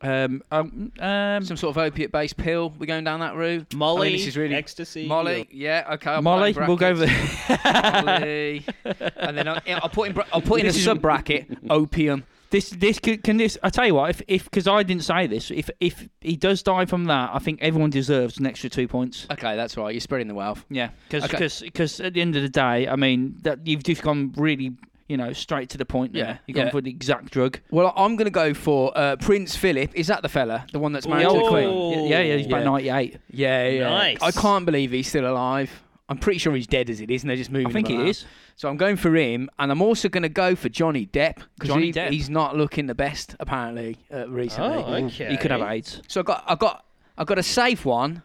A: Um, um, um
B: Some sort of opiate-based pill. We're going down that route. I mean,
D: Molly,
B: this is really
D: ecstasy,
B: Molly. Yeah. Okay. I'll put
A: Molly,
B: that in
A: we'll go
B: brackets.
A: with
B: Molly. and then I'll, I'll put in bra- I'll put in a
A: This is-
B: sub bracket opium.
A: this. This can, can this. I tell you what, if if because I didn't say this, if if he does die from that, I think everyone deserves an extra two points.
B: Okay, that's right. You're spreading the wealth.
A: Yeah, because
B: Okay.
A: at the end of the day, I mean that you've just gone really, you know, straight to the point.
B: Yeah,
A: Yeah, you've gone
B: yeah.
A: for the exact drug.
B: Well, I'm going to go for uh, Prince Philip. Is that the fella, the one that's
A: The
B: married to
A: old
B: the Queen?
D: Whoa.
A: queen. Yeah, yeah, he's about
B: Yeah.
A: ninety eight.
B: Yeah, yeah.
D: Nice.
B: I can't believe he's still alive. I'm pretty sure he's dead as it is, and they're just moving.
A: I think
B: him
A: it
B: around.
A: is.
B: So I'm going for him, and I'm also going to go for Johnny Depp because
A: Johnny
B: he,
A: Depp.
B: he's not looking the best apparently uh, recently.
D: Oh, okay.
A: He could have AIDS.
B: So I got I got I got a safe one.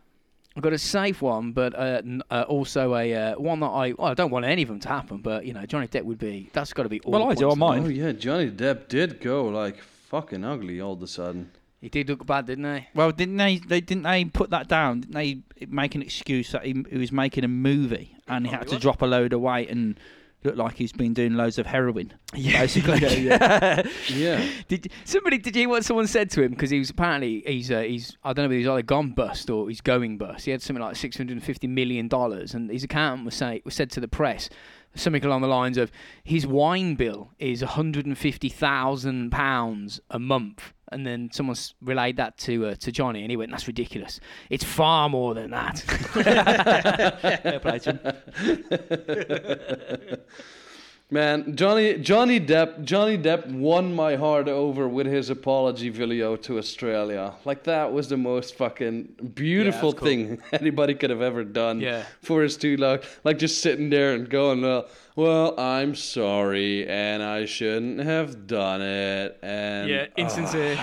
B: I got a safe one, but uh, n- uh, also a uh, one that I well, I don't want any of them to happen. But you know, Johnny Depp would be that's got to be. All
A: Well,
B: the
A: I do. I
B: points.
A: might.
C: Oh yeah, Johnny Depp did go like fucking ugly all of a sudden.
B: He did look bad, didn't he?
A: Well, didn't they? They didn't they put that down? Didn't they make an excuse that he, he was making a movie and he had to drop a load of weight and look like he's been doing loads of heroin?
B: Yeah,
A: Basically.
C: Yeah.
B: Did somebody? Did you hear what someone said to him? Because he was apparently he's uh, he's I don't know if he's either gone bust or he's going bust. He had something like six hundred and fifty million dollars, and his accountant was say was said to the press something along the lines of his wine bill is one hundred and fifty thousand pounds a month. And then someone s- relayed that to uh, to Johnny, and he went, "That's ridiculous. It's far more than that."
C: Man, Johnny Johnny Depp Johnny Depp won my heart over with his apology video to Australia. Like that was the most fucking beautiful thing anybody could have ever done
B: Yeah.
C: for his two luck. Like just sitting there and going, uh, "Well, I'm sorry, and I shouldn't have done it." And
B: Oh, insincere.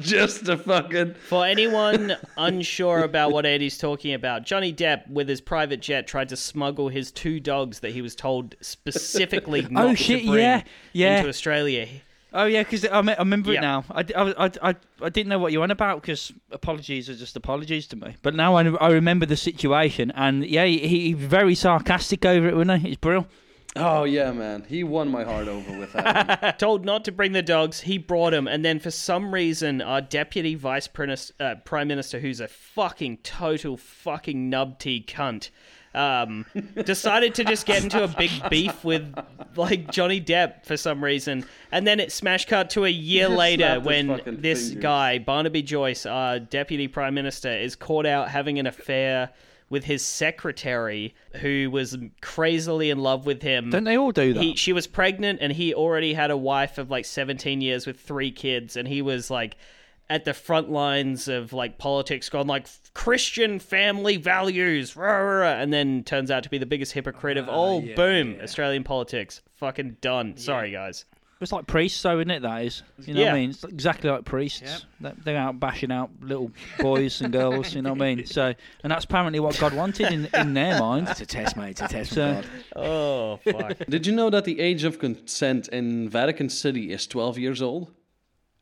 C: just a fucking
D: For anyone unsure about what Andy's talking about, Johnny Depp with his private jet tried to smuggle his two dogs that he was told specifically not
A: Oh, shit,
D: to bring
A: yeah, yeah.
D: into Australia.
A: Oh yeah, because I, me- I remember
D: Yeah.
A: it now. I, d- I- I- I- I didn't know what you went about because apologies are just apologies to me. But now I, I remember the situation and yeah, he, he was very sarcastic over it, wasn't he? It's brilliant.
C: Oh yeah, man, he won my heart over with that. one.
D: told not to bring the dogs. He brought them, and then for some reason, our deputy vice prinis- uh, prime minister, who's a fucking total fucking nubty cunt, um, decided to just get into a big beef with like Johnny Depp for some reason, and then it smash cut to a year
C: just
D: later
C: snapped his
D: when
C: fucking
D: this
C: fingers.
D: guy Barnaby Joyce, our deputy prime minister, is caught out having an affair. With his secretary, who was crazily in love with him.
A: Don't they all do that?
D: He, she was pregnant, and he already had a wife of like 17 years with three kids, and he was like at the front lines of like politics, going like Christian family values, rah, rah, rah, and then turns out to be the biggest hypocrite
B: Ah,
D: of all. Boom, Australian politics, fucking done. Sorry, guys.
A: It's like priests, though, isn't it? That is, you know
D: Yeah.
A: what I mean. It's exactly like priests. They- They're out bashing out little boys and girls. You know what I mean. So, and that's apparently what God wanted in, in their mind.
B: It's a test, mate. It's a test
A: So-
B: from God.
D: Oh fuck.
C: Did you know that the age of consent in Vatican City is 12 years old?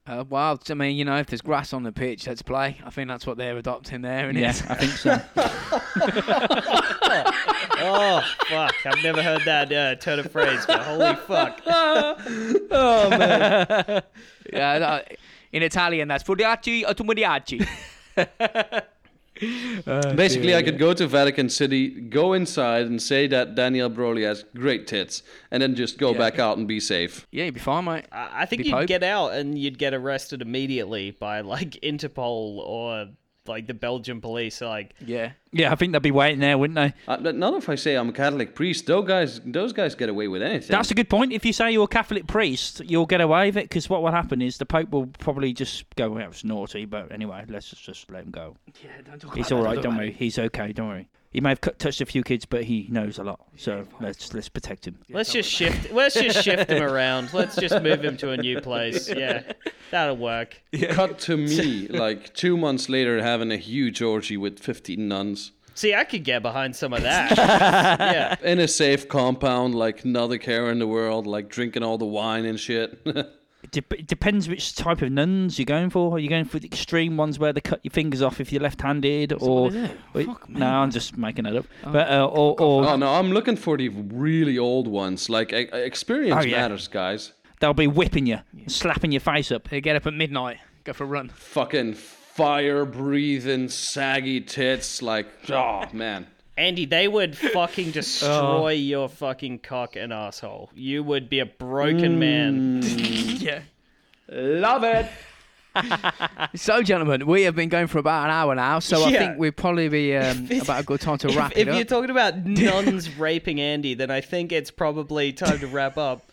B: Uh, well, I mean, you know, if there's grass on the pitch, let's play. I think that's what they're adopting there, isn't
A: Yeah,
B: it?
A: I think so.
D: oh fuck. I've never heard that uh, turn of phrase, but holy fuck.
B: Yeah. that- in Italian, that's Fudiaci Automodiaci.
C: Basically, I could go to Vatican City, go inside, and say that Danielle Broly has great tits, and then just go back out and be safe.
B: Yeah, you'd be fine, mate.
D: I I think
B: Be
D: you'd
B: Pope?
D: get out and you'd get arrested immediately by like Interpol or like the Belgian police. Like,
B: Yeah.
A: Yeah, I think they'd be waiting there, wouldn't they?
C: Uh, but not if I say I'm a Catholic priest. Those guys, those guys get away with anything.
A: That's a good point. If you say you're a Catholic priest, you'll get away with it because what will happen is the Pope will probably just go, well, it's naughty, but anyway, let's just, just let him go.
B: Yeah, don't talk
A: He's all right, don't worry. He's okay, don't worry. He may have cut, touched a few kids, but he knows a lot. So let's let's protect him.
D: let's just shift. Let's just shift him around. Let's just move him to a new place. Yeah, that'll work.
C: Cut to me, like two months later, having a huge orgy with 15 nuns
D: See, I could get behind some of that. yeah,
C: in a safe compound, like not a care in the world, like drinking all the wine and shit.
A: It, dep it depends which type of nuns you're going for. Are you going for the extreme ones where they cut your fingers off if you're left-handed, or
B: what is it?
A: Wait,
B: Fuck,
A: no? I'm just making it up. But uh, or, or
C: oh no, I'm looking for the really old ones. Like e- experience
A: Oh, yeah.
C: matters, guys.
A: they'll be whipping you, slapping your face up.
B: They get up at midnight, go for a run.
C: Fucking fire breathing, saggy tits. Like, oh man.
D: Andy, they would fucking
B: Oh.
D: destroy your fucking cock and asshole. You would be a
B: Mm.
D: broken man.
B: Yeah.
C: Love it.
B: So, gentlemen, we have been going for about an hour now, so
D: Yeah.
B: I think we'd probably be um, about a good time to wrap it
D: if
B: up.
D: you're talking about nuns raping Andy, then I think it's probably time to wrap up.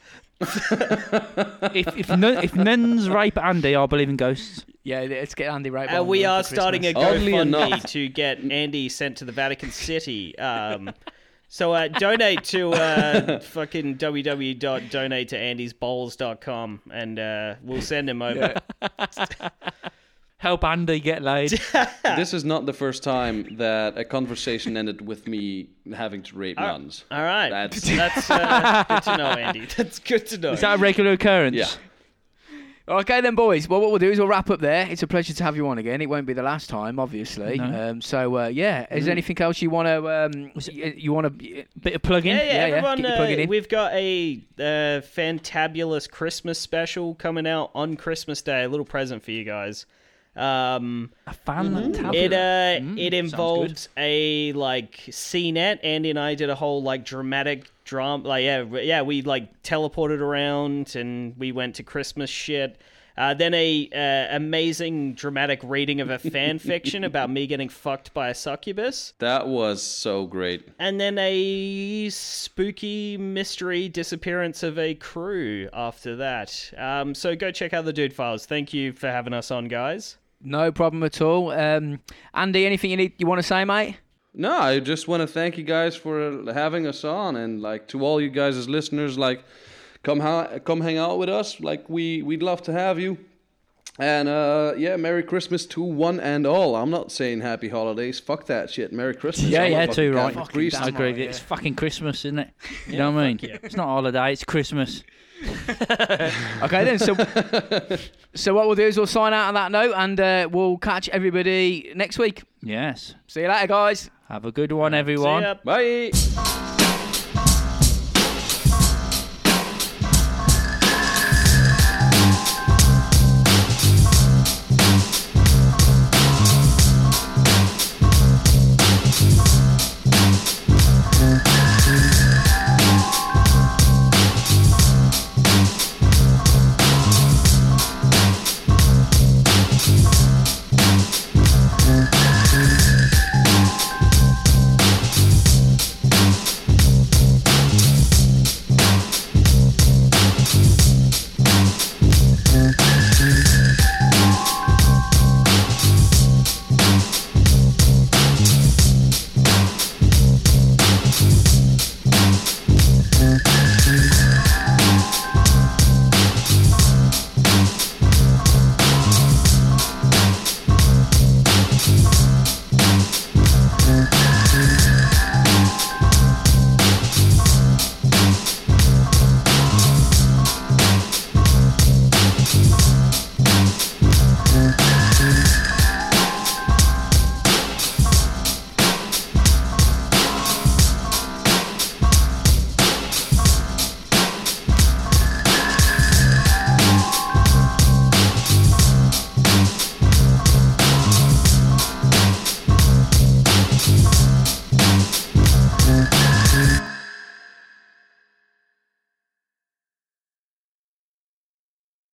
A: if if, nun, if nuns rape Andy, I believe in ghosts.
B: yeah, let's get Andy right.
D: Uh,
B: on
D: we
B: for
D: are
B: Christmas.
D: starting a
C: Oddly
D: GoFundMe
C: enough-
D: to get Andy sent to the Vatican City. Um, so uh, donate to uh, fucking www.donatettoandysbowls.com and uh, we'll send him over.
A: Help Andy get laid.
C: this is not the first time that a conversation ended with me having to
A: Uh,
C: rape nuns.
D: All right.
C: That's-
D: That's, uh, good to know, Andy. That's good to know.
A: Is that a regular occurrence?
C: Yeah.
B: Okay then, boys. Well, what we'll do is we'll wrap up there. It's a pleasure to have you on again. It won't be the last time, obviously.
A: No.
B: Um, so uh, yeah, is there anything else you want to um, you, you want to?
A: Bit of plugging.
D: yeah, yeah,
B: yeah, yeah.
D: everyone.
B: Get your plug-in
D: Uh,
B: in.
D: we've got a uh, fantabulous Christmas special coming out on Christmas Day. A little present for you guys. Um,
A: A fantabulous.
D: It uh, it
A: sounds
D: involves a like CNET. Andy and I did a whole like dramatic drama. Like yeah, w- yeah, we like teleported around and we went to Christmas shit. Uh, then a uh, amazing dramatic reading of a fan fiction about me getting fucked by a succubus,
C: That was so great.
D: and then a spooky mystery disappearance of a crew after that. Um, so go check out the Dude Files. Thank you for having us on, guys.
B: No problem at all. Um, Andy, anything you need you want to say, mate?
C: No, I just want to thank you guys for having us on, and like to all you guys as listeners, like come ha- come hang out with us. Like we we'd love to have you. And uh, yeah, Merry Christmas to one and all. I'm not saying Happy Holidays. Fuck that shit. Merry Christmas.
A: Yeah,
C: I'm a
A: yeah,
C: fucking
A: too right.
C: Catholic priest.
A: I agree. with you. It's fucking Christmas, isn't it? You know what I mean? It's not holiday. It's Christmas.
B: Okay then. So, so what we'll do is we'll sign out on that note, and uh, we'll catch everybody next week.
A: Yes.
B: See you later, guys.
A: Have a good one,
D: See
A: everyone.
D: ya.
C: Bye.